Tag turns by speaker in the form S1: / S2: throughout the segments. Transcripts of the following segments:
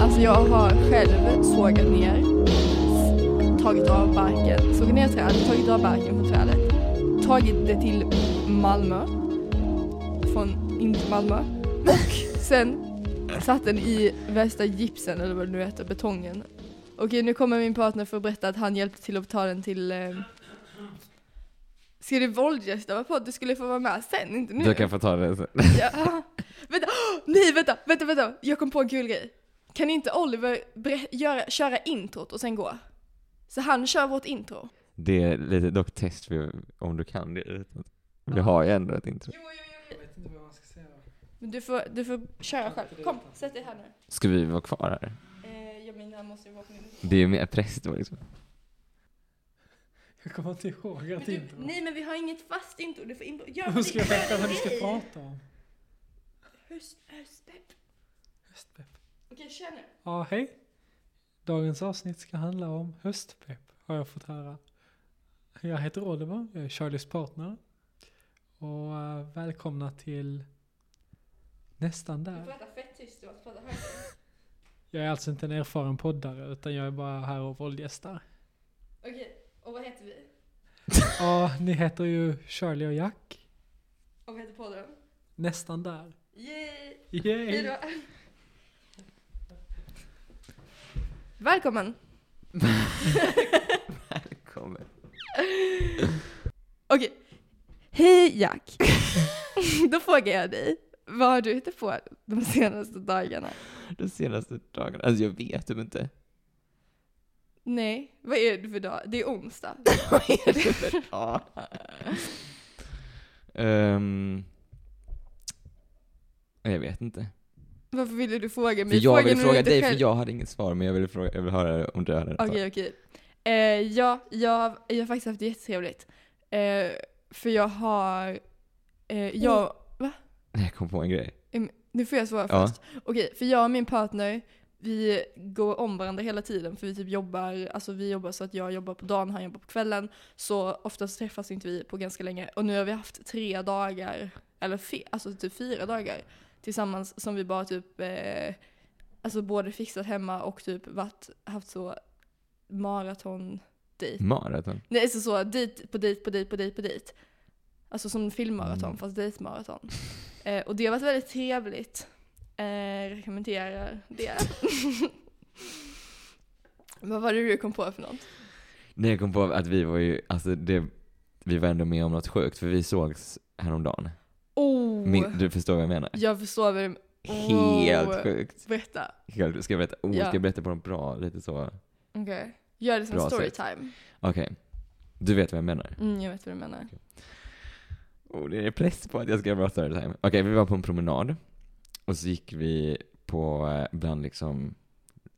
S1: alltså drar barken från trädet. Tagit det till Malmö. Från, inte Malmö. Och sen satt den i värsta gipsen eller vad det nu heter, betongen. Okej, nu kommer min partner för att berätta att han hjälpte till att ta den till... Eh... Ska du våldgästa mig på att du skulle få vara med sen, inte nu?
S2: Du kan få ta det sen.
S1: Ja. Vänta, åh, nej vänta, vänta, vänta. Jag kom på en kul grej. Kan inte Oliver bre- göra, köra introt och sen gå? Så han kör vårt intro.
S2: Det är lite dock test för om du kan det. Vi har ju ändå ett intro.
S1: Men du får, du får köra själv. Kom, sätt dig här nu.
S2: Ska vi vara kvar här?
S1: Eh, jag menar, jag måste ju vara på min...
S2: Det är ju mer press då liksom.
S3: Jag kommer inte ihåg
S1: Men
S3: att
S1: du,
S3: inte...
S1: nej men vi har inget fast intro, du får intro. Gör
S3: Hur ska jag
S1: ditt
S3: veta vad vi ska
S1: eget.
S3: prata om?
S1: Höst, höstpepp.
S3: Höstpepp.
S1: Okej, kör nu.
S3: Ja, hej. Dagens avsnitt ska handla om höstpepp, har jag fått höra. Jag heter Oliver, jag är Charlies partner. Och eh, välkomna till nästan
S1: Du
S3: där.
S1: pratar fett tyst, du måste prata högt.
S3: Jag är alltså inte en erfaren poddare, utan jag är bara här och våldgästar.
S1: Okej, och vad heter vi?
S3: Ja, ni heter ju Charlie och Jack.
S1: Och vad heter podden?
S3: Nästan där.
S1: Yay!
S3: Yay!
S1: Hejdå! Välkommen!
S2: Välkommen.
S1: Okej. Hej Jack! Då frågar jag dig, vad har du hittat på de senaste dagarna?
S2: De senaste dagarna. Alltså jag vet typ inte.
S1: Nej, vad är det för dag? Det är onsdag.
S2: Vad är det för dag? Ehm, jag vet inte.
S1: Varför ville du fråga
S2: För
S1: mig?
S2: jag
S1: Frågar
S2: vill
S1: du
S2: fråga
S1: inte
S2: dig,
S1: själv?
S2: för jag hade inget svar, men jag ville, fråga, jag ville höra om du hade något
S1: Okej,
S2: svar.
S1: okej. Eh, ja, jag, jag har faktiskt haft det jättetrevligt. Eh, för jag har... Eh, jag,
S2: Nej, Jag kom på en grej.
S1: Nu får jag svara
S2: Ja.
S1: först. Okej, för jag och min partner, vi går om varandra hela tiden för vi typ jobbar, alltså vi jobbar så att jag jobbar på dagen, han jobbar på kvällen. Så oftast träffas inte vi på ganska länge. Och nu har vi haft tre dagar, eller fe, alltså typ fyra dagar tillsammans som vi bara typ, eh, alltså både fixat hemma och typ varit, haft så maraton dejt.
S2: Maraton.
S1: Nej, alltså så dejt på dejt på dejt på dejt på dejt. Alltså som filmmaraton
S2: Mm.
S1: fast dejtmaraton. Eh, och det har varit väldigt trevligt. Eh, rekommenderar det. Vad var det du kom på för något?
S2: Nej, jag kom på att vi var ju, alltså det, vi var ändå med om något sjukt, för vi sågs häromdagen.
S1: Oh!
S2: Min, du förstår vad jag menar?
S1: Jag förstår vad du
S2: Helt
S1: Wow.
S2: sjukt.
S1: berättar.
S2: Helt, ska jag berätta, oh,
S1: Ja.
S2: ska jag berätta på något bra, lite så.
S1: Okej. Gör det som
S2: Bra
S1: storytime.
S2: Okej. Du vet vad jag menar?
S1: Mm, jag vet vad du menar.
S2: Oh, det är press på att jag ska vara storytime. Okej, vi var på en promenad. Och så gick vi på eh, bland liksom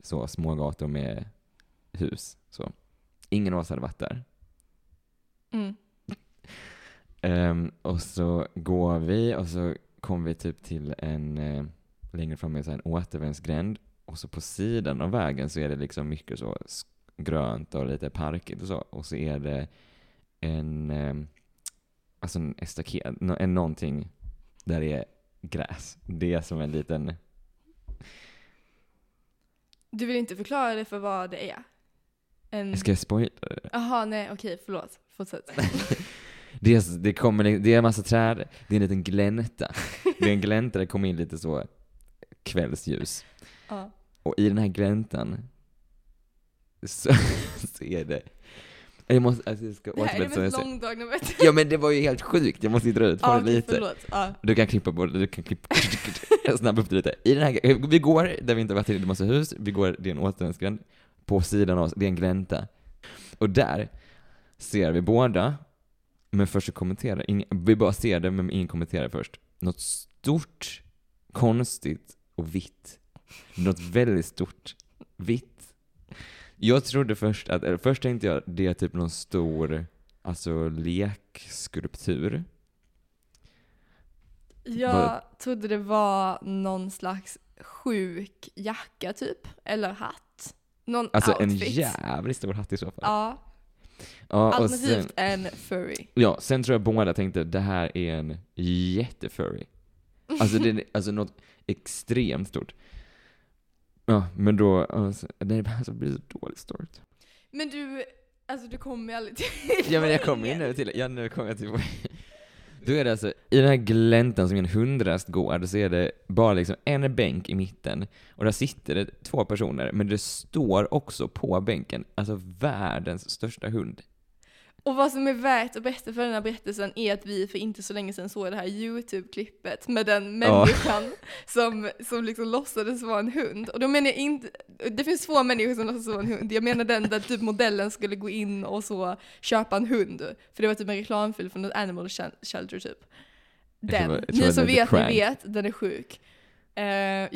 S2: så små gator med hus. Så. Ingen av oss hade varit där.
S1: Mm.
S2: Ehm, och så går vi och så kom vi typ till en, eh, längre fram är så här en återvändsgränd. Och så på sidan av vägen så är det liksom mycket så sk- grönt och lite parkigt och så. Och så är det en, eh, alltså en estaket, nå- en någonting där det är gräs. Det är som en liten,
S1: Du vill inte förklara det för vad det är? En...
S2: ska jag spoila det?
S1: Jaha, nej okej, förlåt. Fortsätt.
S2: Det, är, det, kommer, det är en massa träd, det är en liten glänta. Det är en glänta där det kommer in lite så kvällsljus.
S1: ja.
S2: Och i den här gläntan så, så är det... Jag måste, alltså jag ska
S1: Det här är
S2: återberätta som
S1: det mest
S2: jag säger.
S1: långdragna jag vet.
S2: Ja men det var ju helt sjukt, jag måste ju dra ut på
S1: Ja,
S2: det
S1: okej,
S2: lite.
S1: förlåt. Ja.
S2: Du kan klippa bort du kan klippa, snabba upp det lite. I den här, vi går där vi inte har varit i det är massa hus, vi går, det är en återvändsgränd. På sidan av oss, det är en glänta. Och där ser vi båda, men först så kommenterar ingen, vi bara ser det men ingen kommenterar först. Något stort, konstigt och vitt. Något väldigt stort, vitt. Jag trodde först att, eller först tänkte jag det är typ någon stor, alltså lekskulptur.
S1: Jag
S2: Vad-
S1: trodde det var någon slags sjuk jacka typ, eller hatt. Någon
S2: Alltså
S1: outfit.
S2: en jävligt stor hatt i så fall.
S1: Ja,
S2: Ja, och sen,
S1: alternativt en furry.
S2: ja, sen tror jag båda tänkte det här är en jättefurry. Alltså, det, är- alltså något extremt stort. Ja, men då, alltså, det här blir så dåligt stort.
S1: Men du, Alltså du kommer ju aldrig till
S2: Ja men jag kommer ju nu till, ja nu kommer jag till Då är det alltså, i den här gläntan som är en hundrastgård så är det bara liksom en bänk i mitten och där sitter det två personer men det står också på bänken, alltså världens största hund.
S1: Och vad som är värt att berätta för den här berättelsen är att vi för inte så länge sedan såg det här YouTube-klippet med den
S2: Ja.
S1: människan som, som liksom låtsades vara en hund. Och då menar jag inte, det finns få människor som låtsas vara en hund. Jag menar den där typ modellen skulle gå in och så köpa en hund. För det var typ en reklamfilm från något Animal Shel- Shelter typ.
S2: Jag tror-
S1: Den.
S2: jag tror
S1: Ni
S2: att
S1: som
S2: den heter
S1: vet, ni
S2: Crank.
S1: vet, den är sjuk. Eh,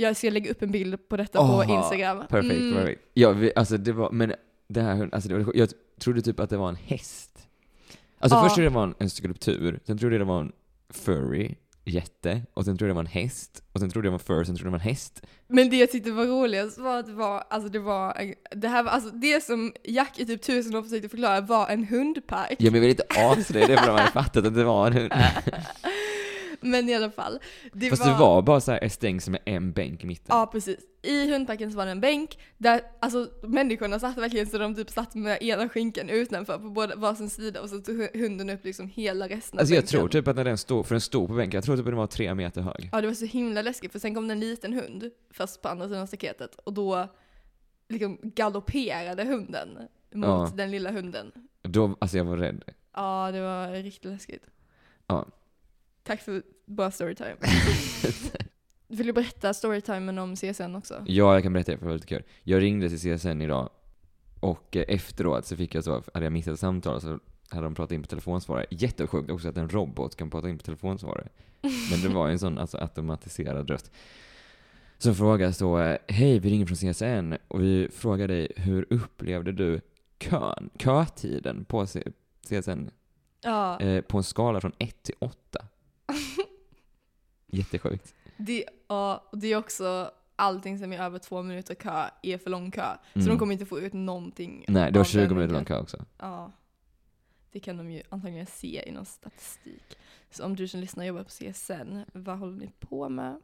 S1: jag ska lägga upp en bild på detta på
S2: Åh,
S1: Instagram.
S2: Perfekt,
S1: Mm.
S2: perfekt. Ja, vi, alltså det var, men den här hunden, alltså det var, jag trodde typ att det var en häst. Alltså
S1: Ja.
S2: först trodde jag det var en, en skulptur, sen trodde jag det var en furry, jätte, och sen trodde jag det var en häst, och sen trodde jag det var en fur, sen trodde jag det var en häst.
S1: Men det jag tyckte var roligast var att det var, alltså det var, en- det här var, alltså det som Jack i typ tusen år försökte förklara var en hundpark.
S2: Ja men jag vill inte avslöja det för de hade fattat att det var en hund.
S1: Men i alla fall. Det
S2: Fast det var bara så här ett stängsel med en bänk i mitten.
S1: Ja precis. I hundparken så var det en bänk där alltså människorna satt verkligen så de typ satt med ena skinkan utanför på båda, varsin sida och så tog hu- hunden upp liksom hela resten
S2: Alltså jag
S1: bänken.
S2: tror typ att när den stod, för den stod på bänken, jag tror typ att den var tre meter hög.
S1: Ja det var så himla läskigt för sen kom det en liten hund fast på andra sidan staketet och då liksom galopperade hunden mot
S2: Ja.
S1: den lilla hunden.
S2: Då, alltså jag var rädd.
S1: Ja, det var riktigt läskigt.
S2: Ja.
S1: Tack för bra storytime. Vill du berätta storytimen om CSN också?
S2: Ja, jag kan berätta det för det var lite kul. Jag ringde till CSN idag och eh, efteråt så fick jag så, hade jag missat samtal så hade de pratat in på telefonsvarare. Jättesjukt också att en robot kan prata in på telefonsvarare. Men det var ju en sån alltså, automatiserad röst. Som frågade så, eh, hej vi ringer från CSN och vi frågar dig hur upplevde du kön, kötiden på C- CSN
S1: Ja,
S2: eh, på en skala från 1 till 8? Jättesjukt.
S1: det, ja, och det är också allting som är över två minuter kö är för lång kö. Så
S2: Mm.
S1: de kommer inte få ut någonting.
S2: Nej, det var
S1: av den
S2: 20 minuter lång
S1: enkät.
S2: kö också.
S1: Ja. Det kan de ju antagligen se i någon statistik. Så om du som lyssnar jobbar på CSN, vad håller ni på med?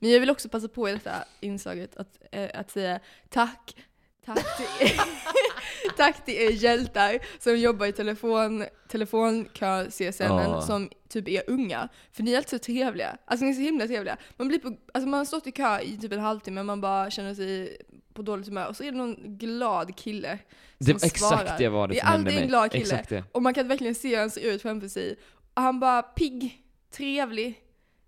S1: Men jag vill också passa på i detta inslaget att, eh, att säga tack. Tack till, er, tack till er hjältar som jobbar i telefon, telefonkö CSN
S2: Ja.
S1: som typ är unga. För ni är alltid så trevliga. Alltså ni är så himla trevliga. Man, blir på, alltså, man har stått i kö i typ en halvtimme och man bara känner sig på dåligt humör. Och så är det någon glad kille
S2: Det,
S1: som svarar.
S2: exakt det var det,
S1: Det är
S2: som hände
S1: alltid en
S2: mig.
S1: glad kille.
S2: Exakt det.
S1: Och man kan verkligen se hur han ser ut framför sig. Och han bara pigg, trevlig.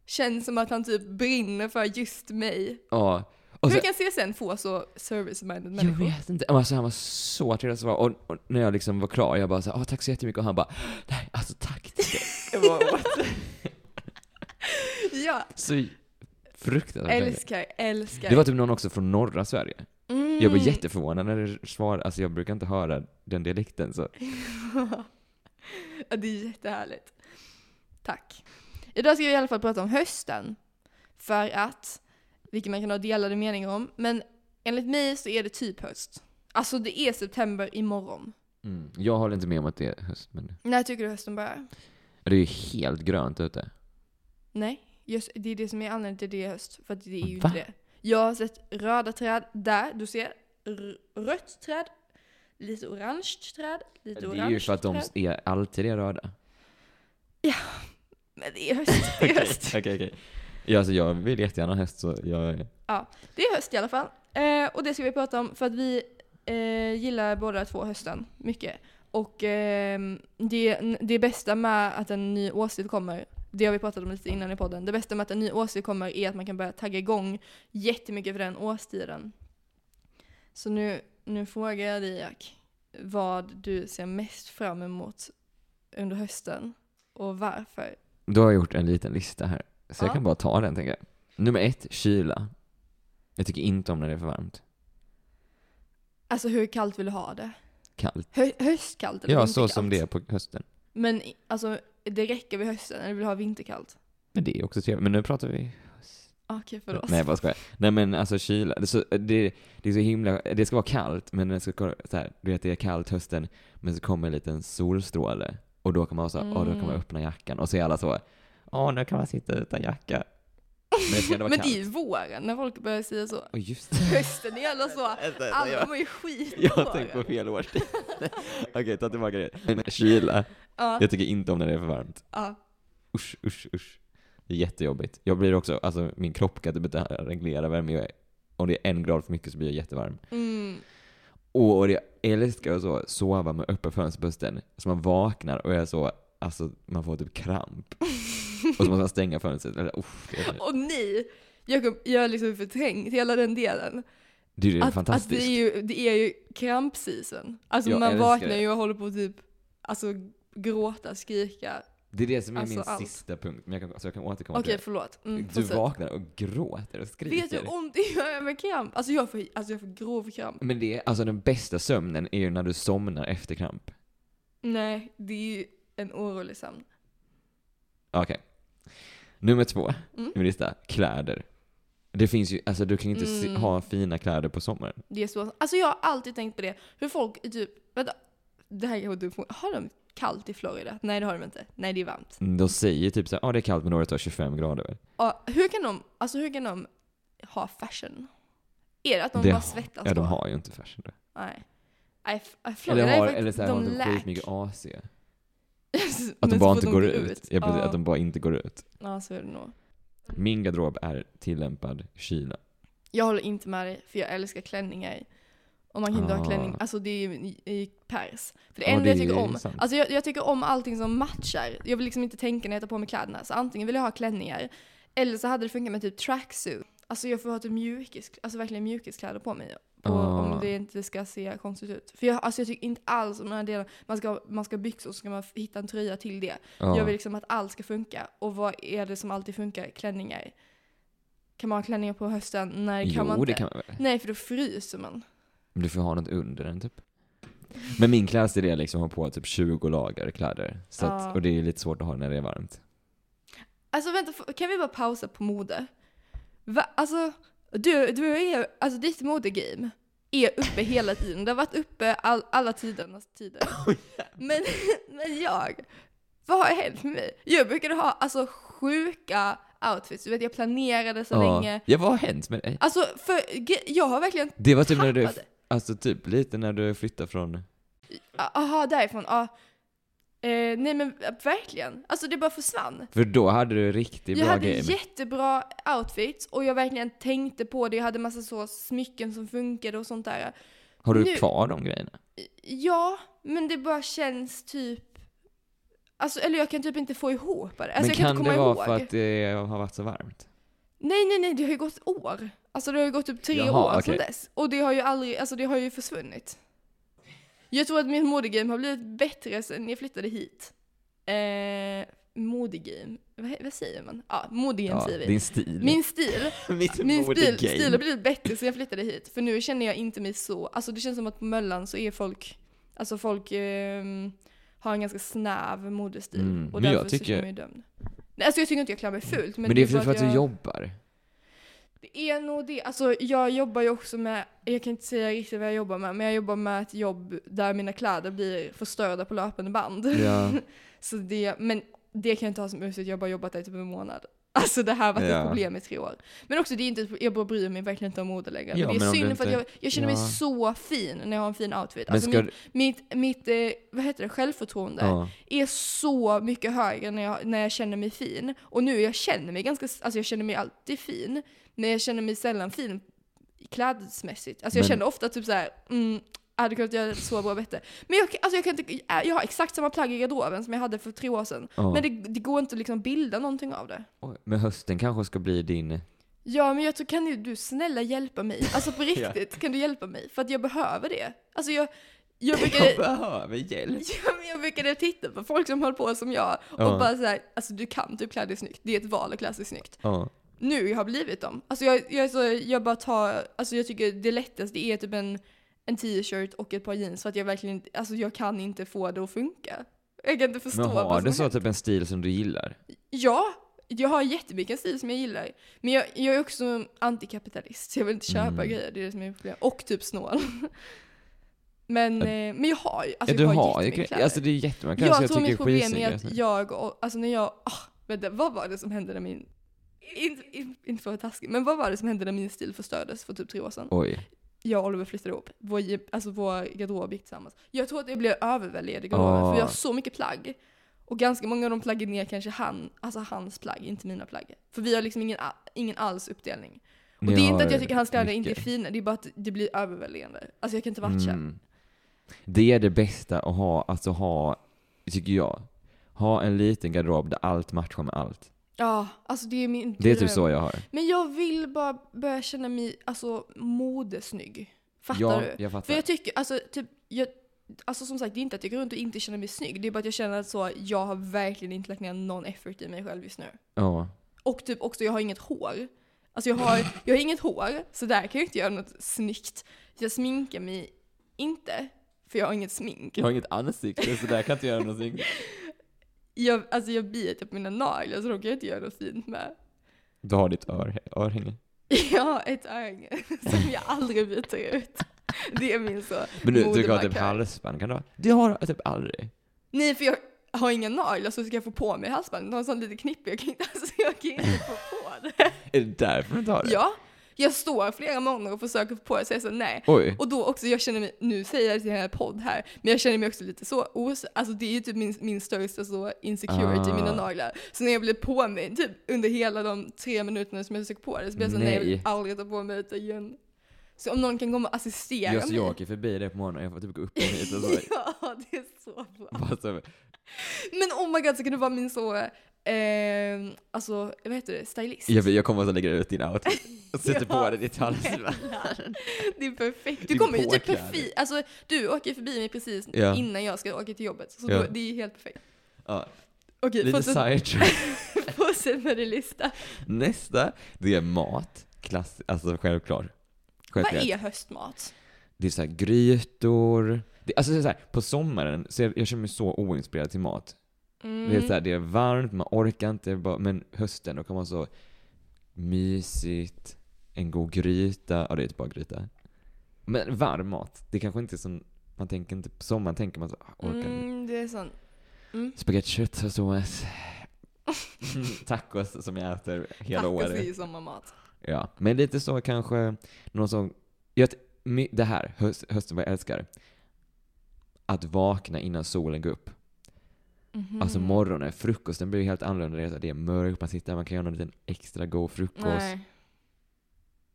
S1: Känns som att han typ brinner för just mig.
S2: Ja. Och så,
S1: Hur kan CSN få så service-minded
S2: jag
S1: människor?
S2: vet inte. Alltså, han var så trevlig att svara. Och, och när jag liksom var klar, jag bara så här, "Ah, tack så jättemycket. Och han bara, nej alltså tack till dig. Jag bara, "What?"
S1: Ja,
S2: så fruktansvärt trevligt.
S1: älskar, älskar.
S2: Det var typ någon också från norra Sverige.
S1: Mm.
S2: Jag blev jätteförvånad när det svarade. Alltså jag brukar inte höra den dialekten så.
S1: ja, det är jättehärligt. Tack. Idag ska vi i alla fall prata om hösten. För att, vilket man kan ha delade meningar om, men enligt mig så är det typ höst. Alltså det är september imorgon.
S2: Mm. Jag håller inte med om att det är höst, men
S1: När tycker du hösten börjar?
S2: det är ju helt grönt ute.
S1: Nej, just, det är det som är anledningen till det i höst. För att det är ju
S2: Va?
S1: inte det. Jag har sett röda träd där, du ser. R- rött träd, lite orange träd, lite
S2: Det
S1: orange
S2: är ju för att de
S1: träd.
S2: är alltid är röda.
S1: Men det är höst, det är höst.
S2: Okej, okej. Ja, alltså jag vill jättegärna ha häst så jag...
S1: Det är höst i alla fall. Eh, och det ska vi prata om för att vi eh, gillar båda två hösten mycket. Och ehm, det, det bästa med att en ny årstid kommer, det har vi pratat om lite innan i podden, det bästa med att en ny årstid kommer är att man kan börja tagga igång jättemycket för den årstiden. Så nu, nu frågar jag dig Jack, vad du ser mest fram emot under hösten och varför?
S2: Då har jag gjort en liten lista här. Så
S1: Ja.
S2: jag kan bara ta den tänker jag. Nummer ett, kyla. Jag tycker inte om när det är för varmt.
S1: Alltså hur kallt vill du ha det?
S2: Kallt.
S1: Hö, höstkallt eller
S2: Ja, så som
S1: vinterkallt?
S2: det är på hösten.
S1: Men i- alltså, det räcker vid hösten eller vill ha vinterkallt?
S2: Men det är också trevligt. Men nu pratar vi...
S1: Ah, Okej, förlåt.
S2: Nej, vad ska jag? Nej men alltså kyla. Det är, så, det, det är så himla... Det ska vara kallt, men det ska vara så här, du vet det är kallt hösten, men så kommer en liten solstråle. Och då kan man ha så här, åh då kan man
S1: Mm.
S2: öppna jackan. Och så är alla så, åh nu kan man sitta utan jacka. Men det var
S1: Men det är
S2: kallt.
S1: ju våren när folk börjar säga så.
S2: Åh just det.
S1: Hösten är jävla så.
S2: Vänta, vänta,
S1: Alla
S2: jag-
S1: mår ju skit på
S2: Jag har tänkt på
S1: våren.
S2: fel årstid. Okej, ta tillbaka det. Men Kyla.
S1: Ja,
S2: Jag tycker inte om när det är för varmt.
S1: ja.
S2: Usch, usch, usch. Det är jättejobbigt. Jag blir också, alltså min kropp kan typ inte reglera värme. Jag är, om det är en grad för mycket så blir jag jättevarm.
S1: Mm.
S2: Och det, jag älskar att så, sova med öppna fönster på hösten. Så man vaknar och är så, alltså man får typ kramp. Och så måste man stänga fönstret. Eller, usch, det är-
S1: Och nej! Jag, kom, jag har liksom förträngt hela den delen.
S2: det är ju
S1: att, att
S2: fantastiskt.
S1: det är ju, det är ju krampseason. Alltså
S2: Jag
S1: man
S2: älskar
S1: vaknar
S2: det.
S1: ju och håller på att typ, alltså gråta, skrika.
S2: Det är det som är
S1: Alltså,
S2: min
S1: allt.
S2: sista punkt, men jag kan, så jag kan återkomma
S1: Okej,
S2: till
S1: förlåt.
S2: det.
S1: Mm,
S2: Du
S1: fortsätt.
S2: vaknar och gråter och skriker.
S1: Vet du hur ont det gör med kramp? Alltså jag får, alltså jag får grov kramp.
S2: Men det, alltså den bästa sömnen är ju när du somnar efter kramp.
S1: Nej, det är ju en orolig sömn.
S2: Okej. Nummer två
S1: Mm.
S2: i min lista, kläder. Det finns ju, alltså du kan inte se,
S1: Mm.
S2: ha fina kläder på sommaren.
S1: Det är så, alltså jag har alltid tänkt på det. Hur folk är typ, vänta. Det här är dumt. Har de kallt i Florida? Nej det har de inte. Nej det är varmt.
S2: De säger typ såhär, ja ah, det är kallt men året har 25 grader.
S1: Ja, hur kan de, alltså hur kan de ha fashion? Är det att de
S2: Det
S1: bara
S2: har-
S1: svettas
S2: Ja, de
S1: då?
S2: har ju inte fashion då.
S1: Nej. Nej, f- äh, Florida
S2: Eller,
S1: är
S2: har,
S1: faktiskt-
S2: eller så här, har de
S1: lack.
S2: skitmycket AC.
S1: Men
S2: Att de
S1: så
S2: bara
S1: fort
S2: inte går ut. Ja, precis,
S1: ja.
S2: Att de bara inte går ut.
S1: Ja, så är det nog.
S2: Min garderob är tillämpad kyla.
S1: Jag håller inte med dig, för jag älskar klänningar. Och man kan inte ha
S2: Ah.
S1: klänning, alltså det är ju i- i pers. För det
S2: Ja,
S1: enda
S2: det
S1: jag
S2: är
S1: tycker om,
S2: sant.
S1: alltså jag, jag tycker om allting som matchar. Jag vill liksom inte tänka när jag tar på mig kläderna. Så antingen vill jag ha klänningar, eller så hade det funkat med typ tracksuit. Alltså jag får ha typ mjukis, alltså verkligen mjukiskläder på mig. Och
S2: Ah.
S1: Om det inte ska se konstigt ut. För jag, alltså jag tycker inte alls om den här delen, man ska, ha- man ska ha byxor och så ska man hitta en tröja till det.
S2: Ja.
S1: Jag vill liksom att allt ska funka. Och vad är det som alltid funkar? Klänningar. Kan man ha klänningar på hösten? Nej, det kan
S2: jo,
S1: man inte.
S2: det kan man väl.
S1: Nej, för då fryser man.
S2: Men du får ha något under den typ. Men min klädstil är liksom att ha på typ 20 lager kläder. Så att,
S1: Ja.
S2: Och det är ju lite svårt att ha när det är varmt.
S1: Alltså vänta, f- kan vi bara pausa på mode? Va? Alltså, du, du är, alltså ditt modegame är uppe hela tiden. Det har varit uppe all, alla tidernas tider. men, men jag, vad har hänt med mig? Jag brukade ha alltså sjuka outfits. Du vet, jag planerade så
S2: ja.
S1: länge.
S2: ja, vad har hänt med dig?
S1: Alltså, för ge- jag har verkligen
S2: Det var typ när du,
S1: Tappade.
S2: alltså typ lite när du flyttade från... typ.
S1: Jaha, Ah, därifrån. Ja. Eh, nej men verkligen. Alltså det bara försvann.
S2: För då hade du riktigt
S1: Jag
S2: bra
S1: hade
S2: game.
S1: jättebra outfits och jag verkligen tänkte på det. Jag hade massa så smycken som funkade och sånt där.
S2: Har du
S1: nu- Alltså,
S2: kvar de grejerna?
S1: Ja, men det bara känns typ... Alltså, eller jag kan typ inte få ihop det. Alltså,
S2: Men
S1: jag
S2: kan,
S1: kan inte komma
S2: det vara
S1: ihåg.
S2: för att det har varit så varmt?
S1: Nej, nej, nej, det har ju gått år. Alltså det har ju gått typ tre
S2: Jaha,
S1: år
S2: okej.
S1: sedan dess. Och det har ju aldrig, alltså det har ju försvunnit. Jag tror att mitt modegame har blivit bättre sedan jag flyttade hit. Eh, modegame, vad, he- vad säger man? Ja, modegame säger vi.
S2: din stil.
S1: Min stil,
S2: Mitt
S1: min stil,
S2: modegame.
S1: stil har blivit bättre sedan jag flyttade hit. För nu känner jag inte mig så, alltså det känns som att på Möllan så är folk, alltså folk ehm, har en ganska snäv modestil.
S2: Mm,
S1: Och
S2: men jag
S1: därför så
S2: tycker-
S1: känner jag mig dömd. Nej, alltså jag tycker inte jag klär mig fult. Men,
S2: Men, det är
S1: bara
S2: för att
S1: jag-
S2: du jobbar.
S1: det är nog det. Alltså, jag jobbar ju också med, jag kan inte säga riktigt vad jag jobbar med, men jag jobbar med ett jobb där mina kläder blir förstörda på löpande band.
S2: Ja.
S1: Alltså, Så det, men det kan jag inte ha som ursäkt, jag har bara jobbat där i typ en månad. Alltså det här har varit
S2: Ja.
S1: ett problem i tre år. Men också, det är inte, jag bara bryr mig verkligen inte om mode längre. men
S2: Ja,
S1: det
S2: men
S1: är
S2: om du
S1: synd för att
S2: inte-
S1: jag, jag känner
S2: Ja.
S1: mig så fin när jag har en fin outfit.
S2: Men
S1: Alltså,
S2: ska
S1: mitt,
S2: du...
S1: mitt, mitt eh, vad heter det, självförtroende
S2: Ja.
S1: är så mycket högre när jag, när jag känner mig fin. Och nu, jag känner mig ganska, alltså jag känner mig alltid fin, men jag känner mig sällan fin klädesmässigt. Alltså jag
S2: Men-
S1: känner ofta typ så här, mm, jag hade kunnat göra det så bra bättre. Men jag, alltså jag, kan inte, jag har exakt samma plagg i garderoben som jag hade för tre år sedan.
S2: Ja.
S1: Men det, det går inte att liksom bilda någonting av det.
S2: Oj, Men hösten kanske ska bli din...
S1: Ja, men jag tror, kan ju du snälla hjälpa mig? Alltså på
S2: Ja.
S1: riktigt, kan du hjälpa mig? För att jag behöver det. Alltså jag, jag
S2: Jag
S1: brukade,
S2: behöver hjälp.
S1: Ja, men jag brukade titta på folk som höll på som jag och
S2: Ja.
S1: bara såhär, alltså du kan typ klä dig snyggt, det är ett val att klä sig snyggt.
S2: Ja.
S1: Nu jag har blivit dem. Alltså jag, jag, är så, jag bara tar, alltså jag tycker det lättaste är typ en, en t-shirt och ett par jeans för att jag verkligen inte, alltså jag kan inte få det att funka. Jag kan inte förstå
S2: Men har
S1: vad
S2: du
S1: som Alltså,
S2: så
S1: händer.
S2: typ en stil som du gillar?
S1: Ja, jag har jättemycket stil som jag gillar. Men jag, jag är också antikapitalist, så jag vill inte köpa
S2: Mm.
S1: grejer, det är det som är problemet. Och typ snål. Men,
S2: Ja.
S1: eh, men jag har ju, alltså
S2: ja, du
S1: jag
S2: har ju
S1: jättemycket
S2: grejer.
S1: kläder.
S2: Alltså det är jättemånga kläder
S1: Jag,
S2: som jag
S1: tror
S2: tycker
S1: mitt
S2: är
S1: problem är
S2: skitsnygga.
S1: att jag, och- alltså när jag, ah, vänta, vad var det som hände när min Inte, in- inte för att vara taskig, men vad var det som hände när min stil förstördes för typ tre år sedan?
S2: Oj.
S1: Jag och Oliver flyttade ihop. Vår, ge- alltså vår garderob gick tillsammans. Jag tror att jag blev överväldigad i garderoben
S2: Ah.
S1: för jag har så mycket plagg. Och ganska många av de plaggen är kanske han, alltså hans plagg, inte mina plagg. För vi har liksom ingen, a- ingen alls uppdelning. Och
S2: Ni
S1: det är inte
S2: har
S1: att jag tycker hans kläder inte är
S2: mycket.
S1: fina, det är bara att det blir överväldigande. Alltså jag kan inte matcha.
S2: Mm. Det är det bästa att ha, alltså ha, tycker jag. Ha en liten garderob där allt matchar med allt.
S1: Ja, alltså det är min
S2: Det är
S1: dröm.
S2: typ så jag har.
S1: Men jag vill bara börja känna mig alltså, modesnygg. Fattar
S2: ja,
S1: du?
S2: jag fattar.
S1: För jag tycker, alltså, typ, jag, alltså som sagt, det är inte att jag går runt och inte känner mig snygg. Det är bara att jag känner att så, jag har verkligen inte lagt ner någon effort i mig själv just nu.
S2: Ja.
S1: Och typ också, jag har inget hår. Alltså jag har, jag har inget hår, så där kan jag inte göra något snyggt. Jag sminkar mig inte, för jag har inget smink.
S2: Jag har inget ansikte så där kan jag inte göra någonting.
S1: Jag, alltså jag biter på mina naglar, så de kan jag inte göra något fint med.
S2: Du har ditt ör, örhänge.
S1: Jag har ett örhänge som jag aldrig byter ut. Det är min så
S2: Men du, du kan ha typ
S1: modemarkör.
S2: halsband, kan du ha? Det har jag typ aldrig.
S1: Nej, för jag har inga naglar så ska jag få på mig halsbandet. Någon sån lite knippig. Jag kan inte, alltså, jag kan inte få på det.
S2: Är det därför du inte har det?
S1: Ja, jag står flera månader och försöker få på det och säger så nej.
S2: Oj.
S1: Och då också, jag känner mig, nu säger jag det i den här podd här, men jag känner mig också lite så os... Alltså det är ju typ min, min största så insecurity,
S2: Ah.
S1: mina naglar. Så när jag blev på mig, typ under hela de tre minuterna som jag försökte på det, så blev jag så nej, jag vill
S2: Nej.
S1: aldrig ta på mig det igen. Så om någon kan komma och assistera
S2: Jag, så
S1: mig.
S2: jag åker förbi det på morgonen och jag får typ gå upp och hit och så.
S1: ja, det är så bra.
S2: Bara så.
S1: Men oh my god så kan du vara min så, eh, alltså vad heter det, stylist.
S2: Jag, jag kommer och så lägger ut din outfit. Och sätter på
S1: Ja,
S2: dig ditt halsband.
S1: snälla. Det är perfekt. Du
S2: Din
S1: kommer ju typ
S2: påkläder.
S1: perfekt, alltså du åker ju förbi mig precis
S2: Ja.
S1: innan jag ska åka till jobbet. Så
S2: Ja.
S1: då, det är helt perfekt.
S2: Ja,
S1: Okej,
S2: lite
S1: fortsätt-
S2: sidetrack.
S1: fortsätt med din lista.
S2: Nästa, det är mat. Klass, alltså självklart.
S1: Vad
S2: Självklart.
S1: är höstmat?
S2: Det är så här grytor. Det, alltså det är så här, på sommaren, så jag, jag känner mig så oinspirerad till mat.
S1: Mm.
S2: Det, är så här, det är varmt, man orkar inte, bara, men hösten då kan man så mysigt, en god gryta, ja det är inte bara gryta. Men varm mat, det kanske inte är som, man tänker inte, på sommaren tänker man så, ah, orkar inte.
S1: Mm, det är sånt. Mm.
S2: Spagetti köttfärssås. Tacos som jag äter hela
S1: Tacos är
S2: året.
S1: ju sommarmat.
S2: Ja, men lite så kanske någon som... Jag, t- my- det här, höst, hösten vad jag älskar. Att vakna innan solen går upp.
S1: Mhm.
S2: Alltså morgonen, frukosten blir ju helt annorlunda. Det är, så här, det är mörkt, man sitter där, man kan göra någon liten extra god frukost.
S1: Nej.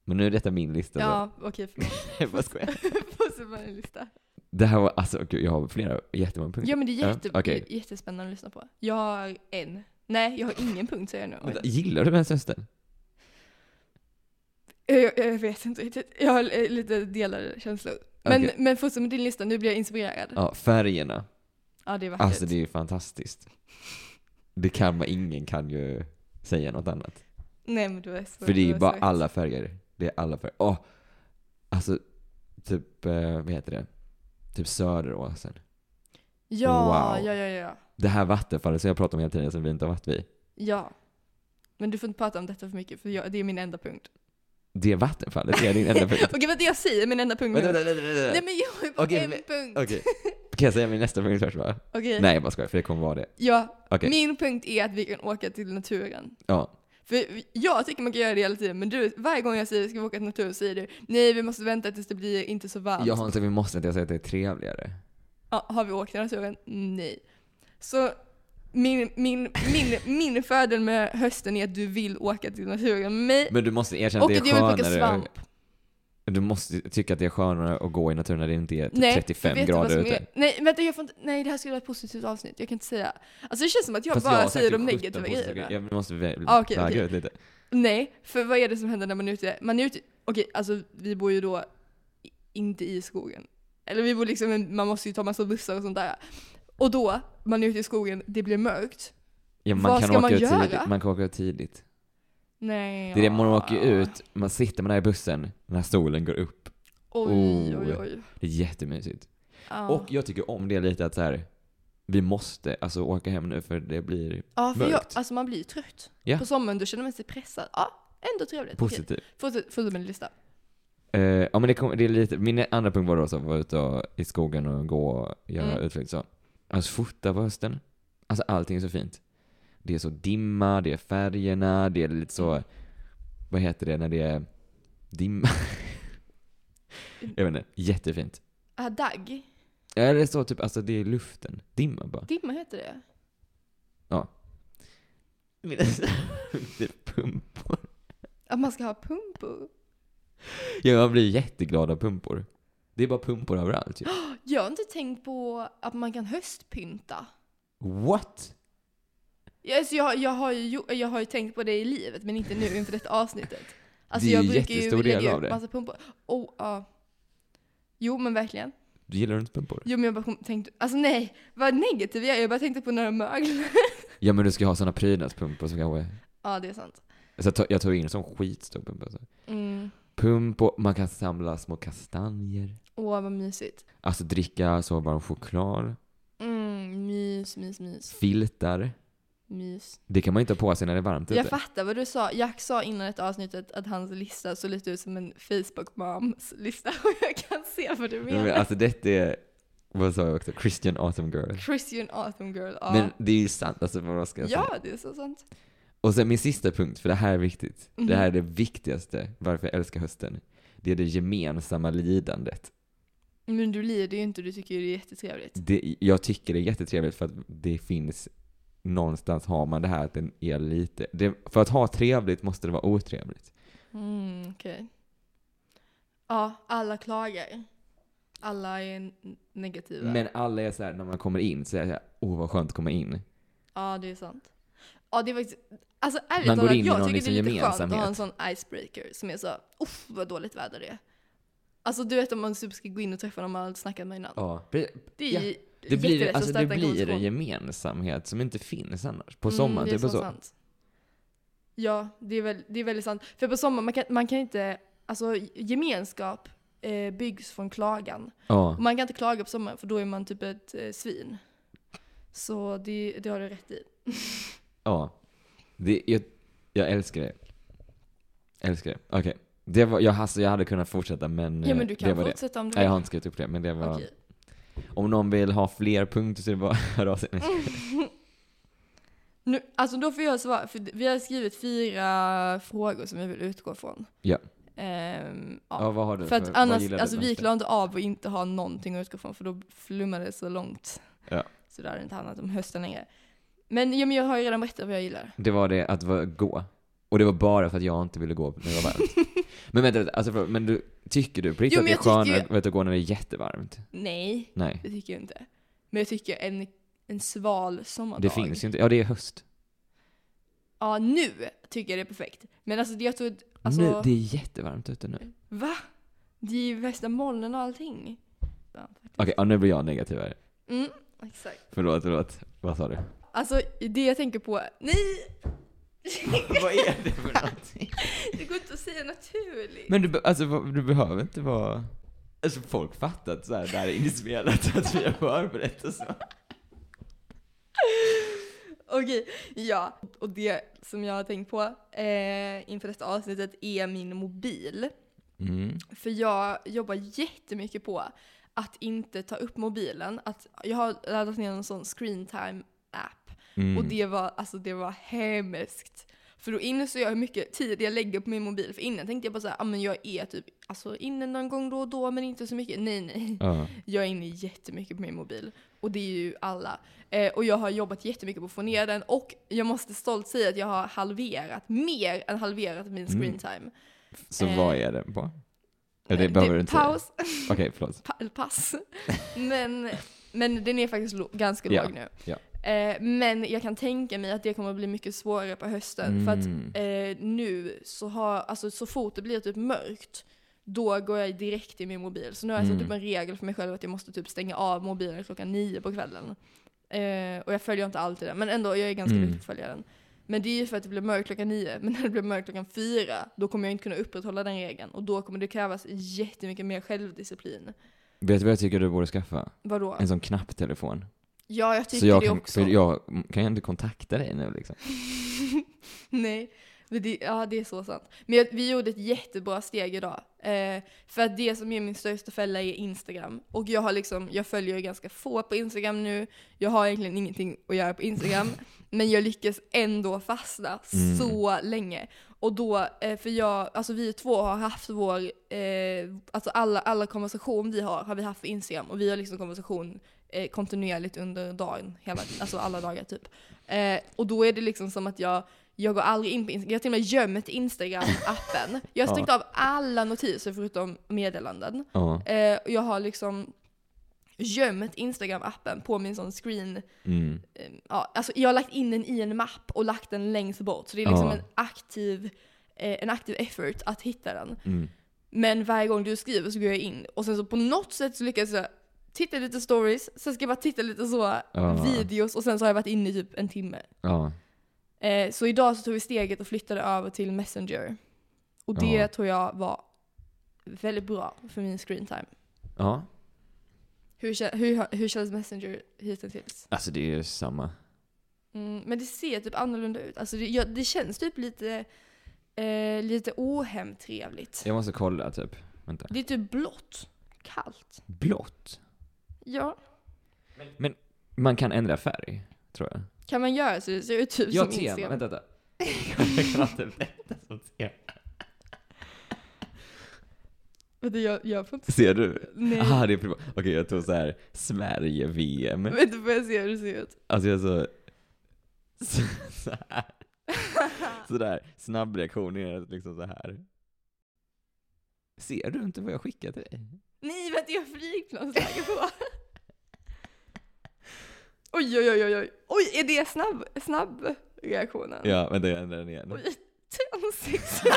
S2: Men nu är detta min lista.
S1: Ja, okej förlåt.
S2: Så. Jag bara skojar.
S1: Fortsätt med din lista.
S2: Det här var alltså, gud, jag har flera jättemånga punkter.
S1: Ja men det är jätte,
S2: Ja, okej.
S1: jättespännande att lyssna på. Jag har en. Nej, jag har ingen punkt säger jag nu.
S2: Men, Gillar du ens hösten?
S1: Jag, jag, jag vet inte riktigt. Jag har eh, lite delade känslor. Men,
S2: Okej.
S1: men fortsätt med din lista, nu blir jag inspirerad. Ja,
S2: Ja, färgerna.
S1: det är vackert.
S2: Alltså det är ju fantastiskt. Det kan man, ingen kan ju säga något annat.
S1: Nej men du är så
S2: För det är
S1: du
S2: ju bara
S1: så-
S2: alla färger. Det är alla färger. Åh! Alltså, typ, eh, vad heter det? Typ Söderåsen.
S1: Ja,
S2: Wow.
S1: ja, ja, ja.
S2: Det här vattenfallet som jag pratar om hela tiden som vi inte har varit vid.
S1: Ja. Men du får inte prata om detta för mycket för jag, det är min enda punkt.
S2: Det vattenfallet det är din enda punkt.
S1: Okej vänta jag säger min enda punkt
S2: Vänta,
S1: nu.
S2: vänta, vänta, vänta.
S1: Nej
S2: vänta.
S1: men jag har ju bara
S2: Okej,
S1: en
S2: men-
S1: punkt.
S2: Okej. Kan jag säga min nästa punkt först bara?
S1: Okej.
S2: Nej, jag bara skojar, för det kommer vara det.
S1: Ja,
S2: Okej.
S1: min punkt är att vi kan åka till naturen.
S2: Ja.
S1: För jag tycker man kan göra det hela tiden, men du, varje gång jag säger att vi ska åka till naturen säger du nej vi måste vänta tills det blir inte så varmt.
S2: Jag har inte, vi måste inte, jag säger att det är trevligare.
S1: Ja, har vi åkt till naturen? Nej. Så min, min, min, min fördel med hösten är att du vill åka till naturen med mig
S2: Men du måste erkänna
S1: och
S2: att det är
S1: att jag vill plocka
S2: skönare.
S1: svamp.
S2: Du måste tycka att det är skönare att gå i naturen när det inte är typ
S1: Nej, för
S2: 35
S1: vet du vad
S2: grader
S1: som
S2: ute.
S1: Är, nej, vänta, jag får inte, nej, det här skulle vara ett positivt avsnitt. Jag kan inte säga. Alltså det känns som att jag
S2: Fast
S1: bara
S2: har
S1: säger
S2: säkert
S1: de
S2: 17
S1: negativa
S2: positiva
S1: grejerna.
S2: grejer. Jag måste väl
S1: Ah, okej,
S2: flagga
S1: okej.
S2: ut lite.
S1: Nej, för vad är det som händer när man är ute? Man är ute, okej alltså vi bor ju då i- inte i skogen. Eller vi bor liksom, man måste ju ta massa bussar och sånt där. Och då, man är ute i skogen, det blir mörkt.
S2: Ja, man
S1: Vad
S2: kan
S1: ska
S2: åka
S1: man
S2: ut
S1: göra?
S2: Tidigt. Man kan åka ut tidigt.
S1: Nej.
S2: Det är det, man åker ju ut, man sitter man där i bussen när solen går upp.
S1: Oj,
S2: Oh.
S1: oj, oj.
S2: Det är jättemysigt.
S1: Ja.
S2: Och jag tycker om det lite att så här, vi måste alltså åka hem nu för det blir
S1: ja, för jag,
S2: mörkt.
S1: alltså man blir ju trött.
S2: Ja.
S1: På sommaren då känner man sig pressad. Ja, ändå trevligt. Okej,
S2: positivt.
S1: Fortsätt fortsätt med din lista.
S2: Eh, ja men det, kom, det är lite, min andra punkt var då så att vara ute och, i skogen och gå och göra
S1: Mm.
S2: utflykt så. Alltså fota på hösten. Alltså allting är så fint. det är så dimma, det är färgerna, det är lite så, vad heter det när det är dimma? Jag vet inte, jättefint.
S1: Ah, dag.
S2: Ja, Eller så typ, alltså det är luften. Dimma bara.
S1: Dimma heter det. alltså-
S2: Det är pumpor.
S1: Att man ska ha pumpor.
S2: Jag blir jätteglad av pumpor. Det är bara pumpor överallt typ. ju.
S1: Jag har inte tänkt på att man kan höstpynta.
S2: What?
S1: Ja, Alltså jag, jag, har ju, gjo- jag har ju tänkt på det i livet, men inte nu inför detta avsnittet. Alltså
S2: Det är
S1: jag
S2: ju
S1: brukar ju
S2: jättestor del
S1: lägga
S2: av
S1: upp
S2: det.
S1: massa pumpor. Oh, ja. Jo men verkligen.
S2: Du gillar inte pumpor?
S1: Jo men jag bara kom- tänkte, alltså nej, vad negativ jag är. Jag bara tänkte på några mögel.
S2: Ja men du ska ha såna prydnadspumpor som kanske...
S1: ja det är sant.
S2: Så Alltså, jag tar- jag tar in en sån skitstor pumpa. Så.
S1: Mm.
S2: Pumpor, man kan samla små kastanjer.
S1: Åh vad mysigt.
S2: Alltså dricka så varm choklad.
S1: Mm, mys, mys, mys,
S2: Filtar.
S1: mys.
S2: Det kan man inte ha på sig när det är varmt
S1: Jag
S2: ute.
S1: fattar vad du sa. Jack sa innan detta avsnittet att hans lista såg lite ut som en Facebook moms lista. Och jag kan se vad du
S2: Men
S1: menar.
S2: alltså detta är, vad sa jag också, Christian Autumn Girl.
S1: Christian Autumn Girl. Ja,
S2: Men det är ju sant, alltså vad ska jag säga?
S1: ja det är så sant.
S2: Och sen min sista punkt, för det här är viktigt. Det här är
S1: Mhm.
S2: det viktigaste, varför jag älskar hösten. Det är det gemensamma lidandet.
S1: Men du lider ju inte, du tycker ju det är jättetrevligt.
S2: Det, jag tycker det är jättetrevligt för att det finns, någonstans har man det här att den är lite, det, för att ha trevligt måste det vara otrevligt.
S1: Mm, okej. Ja, alla klagar. Alla är n- negativa.
S2: Men alla är så här, när man kommer in så är det så här, åh vad skönt att komma in.
S1: Ja, det är sant. Ja, det är faktiskt... Alltså ärligt
S2: Man går
S1: talat,
S2: in i någon
S1: jag tycker
S2: liksom
S1: det är lite skönt att ha en
S2: gemensamhet.
S1: sån icebreaker som är så, uff vad dåligt väder det är. Alltså du vet om man typ ska gå in och träffa någon man aldrig snackat med innan.
S2: Ja.
S1: Det är
S2: Ja,
S1: ju
S2: Det blir,
S1: jättelätt
S2: alltså
S1: att
S2: det
S1: starta en
S2: blir en
S1: konversation.
S2: gemensamhet som inte finns annars. På sommaren,
S1: Mm, det är
S2: typ och
S1: så
S2: så.
S1: sant. Ja, det är, väl, det är väldigt sant. För på sommaren, man kan, man kan inte... Alltså gemenskap eh, byggs från klagan.
S2: Ja.
S1: Och man kan inte klaga på sommaren för då är man typ ett eh, svin. Så det, det har du rätt i.
S2: Ja. Det, jag, jag älskar det. Älskar det. Okej. Det var, jag, alltså, jag hade kunnat fortsätta men...
S1: Ja
S2: eh,
S1: men du
S2: det
S1: kan
S2: var det.
S1: fortsätta om du
S2: Nej, jag
S1: vill.
S2: har inte skrivit upp det, men det var...
S1: Okej.
S2: Om någon vill ha fler punkter så är det bara att höra av sig. Nej.
S1: Nu, alltså då får jag svara, för vi har skrivit fyra frågor som vi vill utgå från.
S2: Ja.
S1: Ehm,
S2: Ja,
S1: ja.
S2: vad har du
S1: För att
S2: vad
S1: annars,
S2: gillar du
S1: alltså vi
S2: mest?
S1: klarar inte av att inte ha någonting att utgå från för då flummar det så långt.
S2: Ja.
S1: Så det hade inte handlat om hösten längre. Men, ja, men jag har ju redan berättat vad jag gillar.
S2: Det var det att vara- gå. Och det var bara för att jag inte ville gå när det var varmt. men vänta, vänta, alltså, förlåt, men du, tycker du på riktigt
S1: Jo, men
S2: att det är
S1: jag tycker
S2: skönare att gå när det är jättevarmt?
S1: Nej,
S2: Nej.
S1: det tycker jag inte. Men jag tycker en, en sval sommardag.
S2: Det finns ju inte. Ja, det är höst.
S1: Ja, nu tycker jag det är perfekt. Men alltså det- jag tror... Alltså,
S2: nu, det är jättevarmt ute nu. Okej,
S1: Va? Det är ju värsta molnen och allting. Ja, faktiskt.
S2: ja, nu blir jag negativ här.
S1: Mm, exakt.
S2: Förlåt, förlåt. Vad sa du?
S1: Alltså det jag tänker på, nej!
S2: Vad är det för någonting?
S1: Det går inte att säga naturligt.
S2: Men du, be- alltså, vad- du behöver inte vara... Alltså folk fattar att så här, det här är inspelat, att vi har förberett och så.
S1: Okej, ja. Och det som jag har tänkt på eh, inför detta avsnittet är min mobil.
S2: Mm.
S1: För jag jobbar jättemycket på att inte ta upp mobilen. Att jag har laddat ner en sån screentime app
S2: Mm.
S1: och det var, alltså, det var hemskt. För då insåg jag hur mycket tid jag lägger på min mobil. För innan tänkte jag bara såhär, ah, men jag är typ alltså, inne någon gång då och då men inte så mycket. Nej nej.
S2: Ja.
S1: Jag är inne jättemycket på min mobil. Och det är ju alla. Eh, och jag har jobbat jättemycket på att få ner den. Och jag måste stolt säga att jag har halverat, mer än halverat min
S2: Mm.
S1: screen time.
S2: Så
S1: Eh.
S2: vad är den på? Ja, det behöver du inte säga.
S1: Paus,
S2: Okej, förlåt.
S1: pa, eller pass. men, men den är faktiskt lo- ganska
S2: Ja,
S1: låg nu.
S2: ja.
S1: Eh, men jag kan tänka mig att det kommer att bli mycket svårare på hösten. För att
S2: Mm.
S1: eh, nu så har, alltså så fort det blir typ mörkt, då går jag direkt i min mobil. Så nu har jag satt
S2: Mm.
S1: upp en regel för mig själv att jag måste typ stänga av mobilen klockan nio på kvällen. Eh, och jag följer inte alltid den, men ändå, jag är ganska
S2: Mm.
S1: duktig på att följa den. Men det är ju för att det blir mörkt klockan nio, men när det blir mörkt klockan fyra, då kommer jag inte kunna upprätthålla den regeln. Och då kommer det krävas jättemycket mer självdisciplin.
S2: Vet du vad jag tycker du borde skaffa?
S1: Vadå?
S2: En sån knapptelefon.
S1: Ja, jag tycker
S2: Mm. Så jag
S1: det
S2: kan,
S1: också.
S2: för jag kan ju inte kontakta dig nu liksom.
S1: Nej. Men det, ja, det är så sant. Men jag, vi gjorde ett jättebra steg idag. Eh, för att det som är min största fälla är Instagram. Och jag har liksom, jag följer ju ganska få på Instagram nu. Jag har egentligen ingenting att göra på Instagram. men jag lyckas ändå fastna
S2: Mm.
S1: så länge. Och då, eh, för jag, alltså vi två har haft vår, eh, alltså alla, alla konversation vi har, har vi haft på Instagram. Och vi har liksom konversation eh, kontinuerligt under dagen, hela, alltså alla dagar typ. Eh, och då är det liksom som att jag, jag går aldrig in på Instagram. Jag har till och med gömt Instagram-appen. Jag har stängt av alla notiser förutom meddelanden.
S2: Ja.
S1: Eh, och jag har liksom gömt Instagram-appen på min sån screen.
S2: Mm.
S1: Eh, ja, alltså jag har lagt in den i en mapp och lagt den längst bort. Så det är liksom
S2: Ja.
S1: en, aktiv, eh, en aktiv effort att hitta den.
S2: Mm.
S1: Men varje gång du skriver så går jag in. Och sen så på något sätt så lyckas jag titta lite stories, sen ska jag bara titta lite så
S2: Ja.
S1: videos och sen så har jag varit inne i typ en timme.
S2: Ja.
S1: Eh, så idag så tog vi steget och flyttade över till Messenger. Och det
S2: Ja.
S1: tror jag var väldigt bra för min screen time.
S2: ja.
S1: Hur, kä- hur, hur känns Messenger hittills?
S2: Alltså det är ju samma.
S1: Mm, men det ser typ annorlunda ut. Alltså det, ja, det känns typ lite, eh, lite ohemtrevligt.
S2: Jag måste kolla typ. Vänta.
S1: Det är typ blått. Kallt.
S2: Blått?
S1: Ja.
S2: Man kan ändra färg, tror jag.
S1: Kan man göra så det ser ut typ
S2: Ja,
S1: som
S2: tema.
S1: Instagram?
S2: Vänta, vänta. Jag kan inte vänta som tema.
S1: Vänta, jag, jag får inte...
S2: Ser du?
S1: Nej.
S2: Ah, det är privat. Okej, jag tog så här Sverige-VM.
S1: Vänta, får jag se hur det ser ut?
S2: Alltså jag så... så så här. Sådär, snabb reaktion är liksom så här. Ser du inte vad jag skickar till dig?
S1: Nej, vänta, jag har flygplansläge på. oj, oj, oj, oj, oj. Oj, är det snabb, snabb reaktionen?
S2: Ja, vänta jag ändrar den igen.
S1: Oj, transsexuell.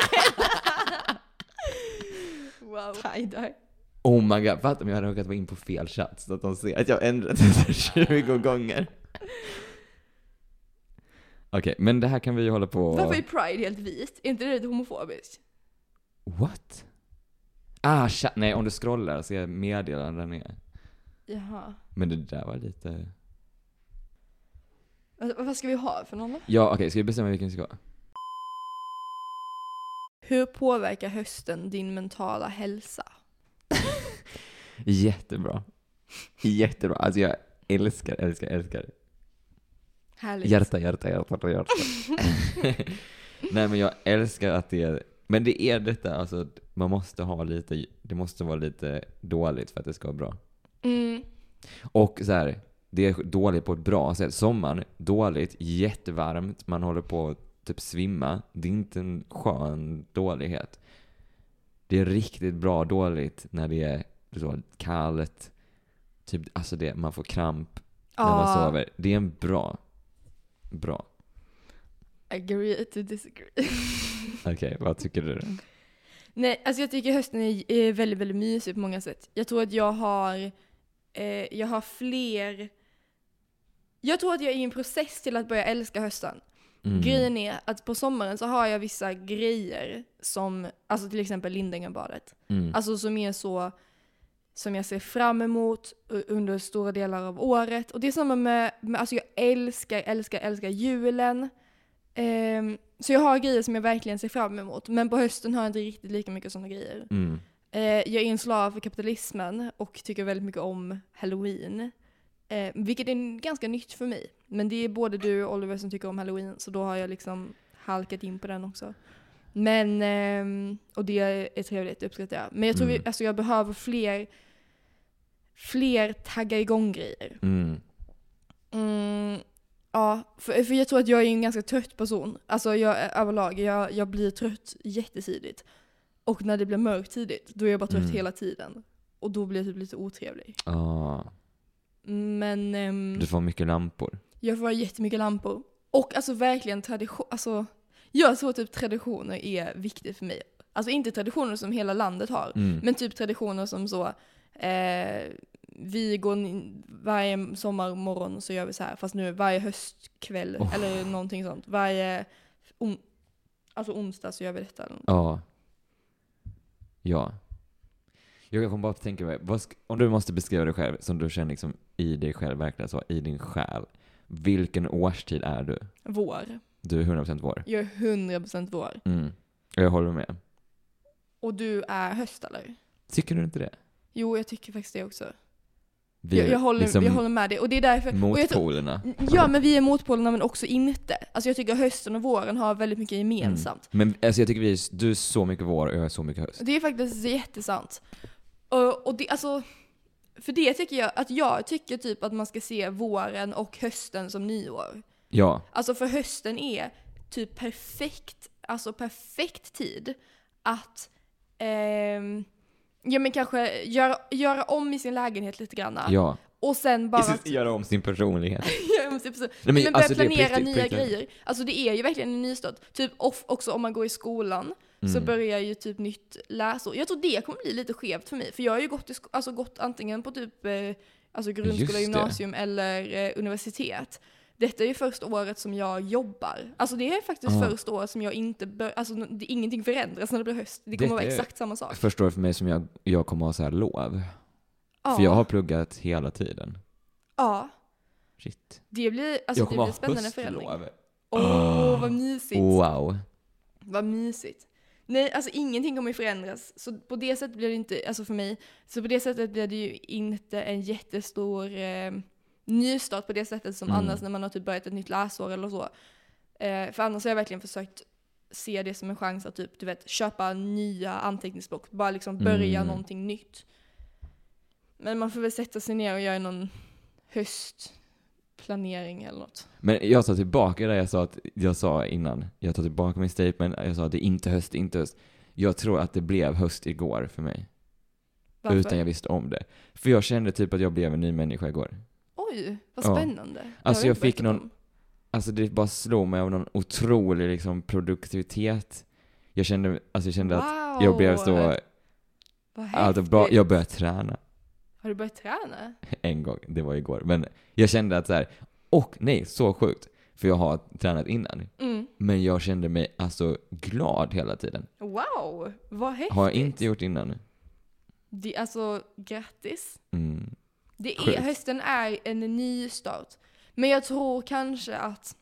S1: wow. Tie-dye.
S2: Oh my god, fatta om jag hade råkat vara in på fel chatt så att de ser att jag ändrat det 20 gånger. Okej, men det här kan vi ju hålla på...
S1: Varför är pride helt vit? Är inte det lite homofobiskt?
S2: What? Ah, chatt. Nej, om du scrollar så är meddelanden ner.
S1: Jaha.
S2: Men det där var lite...
S1: Alltså, vad ska vi ha för någon då?
S2: Ja, okej, ska vi bestämma vilken vi ska ha?
S1: Hur påverkar hösten din mentala hälsa?
S2: Jättebra. Jättebra. Alltså jag älskar, älskar, älskar.
S1: Härligt.
S2: Hjärta, hjärta, hjärta, hjärta. Nej men jag älskar att det är... Men det är detta, alltså att man måste ha lite... Det måste vara lite dåligt för att det ska vara bra.
S1: Mm.
S2: Och så här, det är dåligt på ett bra sätt. Sommaren, dåligt, jättevarmt, man håller på att typ svimma. Det är inte en skön dålighet. Det är riktigt bra dåligt när det är så kallt. Typ, alltså det, man får kramp när man
S1: Ah,
S2: sover. Det är en bra, bra.
S1: Agree to disagree.
S2: Okej, vad tycker du?
S1: Nej, alltså jag tycker hösten är, är väldigt, väldigt mysig på många sätt. Jag tror att jag har, eh, jag har fler... Jag tror att jag är i en process till att börja älska hösten.
S2: Mm.
S1: Grejen är att på sommaren så har jag vissa grejer som, alltså till exempel Lindängenbadet.
S2: Mm.
S1: Alltså som är så, som jag ser fram emot u- under stora delar av året. Och det är samma med, med alltså jag älskar, älskar, älskar julen. Ehm, så jag har grejer som jag verkligen ser fram emot. Men på hösten har jag inte riktigt lika mycket sådana grejer.
S2: Mm.
S1: Eh, jag är en slav för kapitalismen och tycker väldigt mycket om halloween. Eh, vilket är ganska nytt för mig. Men det är både du och Oliver som tycker om halloween så då har jag liksom halkat in på den också. Men, ehm, och det är trevligt, det uppskattar jag. Men jag tror
S2: Mm.
S1: vi, alltså jag behöver fler, fler tagga igång-grejer.
S2: Mm.
S1: Mm, ja, för, för jag tror att jag är en ganska trött person. Alltså jag, överlag, jag, jag blir trött jättetidigt. Och när det blir mörkt tidigt, då är jag bara trött
S2: Mm.
S1: hela tiden. Och då blir jag typ lite otrevlig.
S2: Ah,
S1: Mm. Men ehm,
S2: du får mycket lampor.
S1: jag får ha jättemycket lampor. Och alltså verkligen tradition, alltså jag tror typ traditioner är viktigt för mig. Alltså inte traditioner som hela landet har,
S2: Mm.
S1: men typ traditioner som så, eh, vi går in, varje sommarmorgon så gör vi så här, fast nu varje höstkväll
S2: Oh.
S1: eller någonting sånt. Varje on, alltså onsdag så gör vi detta. eller något.
S2: Ja. Ja. Jag kommer bara att tänka mig, vad sk- om du måste beskriva dig själv som du känner liksom i dig själv, verkligen så, i din själ. Vilken årstid är du?
S1: Vår.
S2: Du är 100% vår.
S1: Jag är 100% vår.
S2: Mm. Jag håller med.
S1: Och du är höst eller?
S2: Tycker du inte det?
S1: Jo, jag tycker faktiskt det också.
S2: Vi
S1: jag,
S2: är
S1: jag, håller,
S2: liksom
S1: jag håller med dig. Och det är därför... och jag tror-
S2: motpolerna.
S1: Ja, men vi är motpolerna men också inte. Alltså jag tycker hösten och våren har väldigt mycket
S2: Mm.
S1: gemensamt.
S2: Men alltså, jag tycker vi är, du är så mycket vår och jag är så mycket höst.
S1: Det är faktiskt jättesant. Och, och det, alltså, för det tycker jag, att jag tycker typ att man ska se våren och hösten som nyår.
S2: Ja,
S1: Alltså för hösten är typ perfekt, alltså perfekt tid att ehm, ja men kanske göra, göra om i sin lägenhet lite grann.
S2: ja.
S1: Och sen bara
S2: Precis, Göra om sin personlighet.
S1: Ja, men typ så.
S2: men
S1: men,
S2: alltså, det är
S1: börja
S2: på
S1: planera
S2: riktigt, på
S1: nya
S2: riktigt.
S1: grejer. Alltså det är ju verkligen en nystart. Typ off, också om man går i skolan
S2: Mm.
S1: så börjar ju typ nytt läsår. Jag tror det kommer bli lite skevt för mig. För jag har ju gått, i sko- alltså, gått antingen på typ eh, alltså
S2: Just
S1: grundskola,
S2: det.
S1: gymnasium eller eh, universitet. Detta är ju första året som jag jobbar. Alltså det är faktiskt
S2: Ja.
S1: första året som jag inte bör, alltså det, ingenting förändras när det blir höst. Det
S2: Detta
S1: kommer vara
S2: är-
S1: exakt samma sak.
S2: Förstår du för mig som jag, jag kommer ha så här lov?
S1: Ja,
S2: För jag har pluggat hela tiden.
S1: ja.
S2: Shit.
S1: Det blir, alltså,
S2: jag
S1: det
S2: kommer
S1: blir spännande förändring.
S2: höstlov. Ah.
S1: Åh, vad mysigt!
S2: Wow.
S1: Vad mysigt. Nej, alltså ingenting kommer ju förändras. Så på det sättet blir det inte, alltså för mig, så på det sättet blir det ju inte en jättestor eh, nystart på det sättet som
S2: Mm.
S1: annars när man har typ börjat ett nytt läsår eller så. Eh, för annars har jag verkligen försökt se det som en chans att typ, du vet, köpa nya anteckningsblock. Bara liksom börja
S2: Mm.
S1: någonting nytt. Men man får väl sätta sig ner och göra någon höstplanering eller något.
S2: Men jag tar tillbaka det jag sa, att, jag sa innan. Jag tar tillbaka min statement. Jag sa att det är inte höst, det är inte höst. Jag tror att det blev höst igår för mig.
S1: Varför?
S2: Utan jag visste om det. För jag kände typ att jag blev en ny människa igår.
S1: Oj, vad
S2: Ja.
S1: spännande. Det har
S2: Alltså,
S1: du
S2: jag
S1: inte
S2: fick
S1: berättat
S2: någon-
S1: om.
S2: Alltså det bara slog mig av någon otrolig liksom produktivitet. Jag kände, alltså jag kände att
S1: wow.
S2: jag blev så,
S1: Vad
S2: alltså
S1: häftigt.
S2: bra, jag började träna
S1: Har du börjat träna?
S2: en gång, det var igår. Men jag kände att så här, och nej, så sjukt. För jag har tränat innan.
S1: Mm.
S2: Men jag kände mig alltså glad hela tiden.
S1: Wow, vad häftigt.
S2: Har jag inte gjort innan.
S1: det, Alltså, grattis.
S2: Mm.
S1: Det är,
S2: Sjukt.
S1: hösten är en ny start. Men jag tror kanske att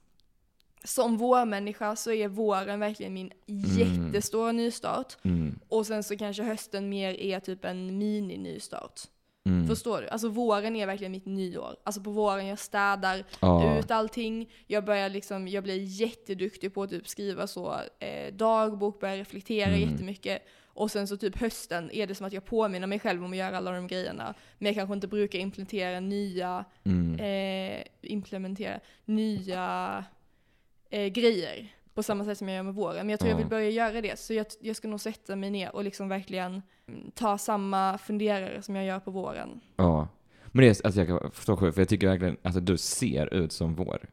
S1: som vårmänniska så är våren verkligen min jättestora nystart.
S2: Mm.
S1: Och sen så kanske hösten mer är typ en mini-nystart.
S2: Mm.
S1: Förstår du? Alltså våren är verkligen mitt nyår. Alltså på våren jag städar,
S2: Ja.
S1: ut allting. Jag börjar liksom, jag blir jätteduktig på att typ skriva så eh, dagbok, börjar reflektera
S2: Mm.
S1: jättemycket. Och sen så typ hösten är det som att jag påminner mig själv om att göra alla de grejerna. Men jag kanske inte brukar implementera nya,
S2: Mm.
S1: eh, implementera nya eh, grejer på samma sätt som jag gör med våren. Men jag tror jag
S2: Ja.
S1: vill börja göra det. Så jag, jag ska nog sätta mig ner och liksom verkligen mm, ta samma funderare som jag gör på våren.
S2: Ja. Men det är, alltså jag kan förstå själv, för jag tycker verkligen, alltså du ser ut som vår.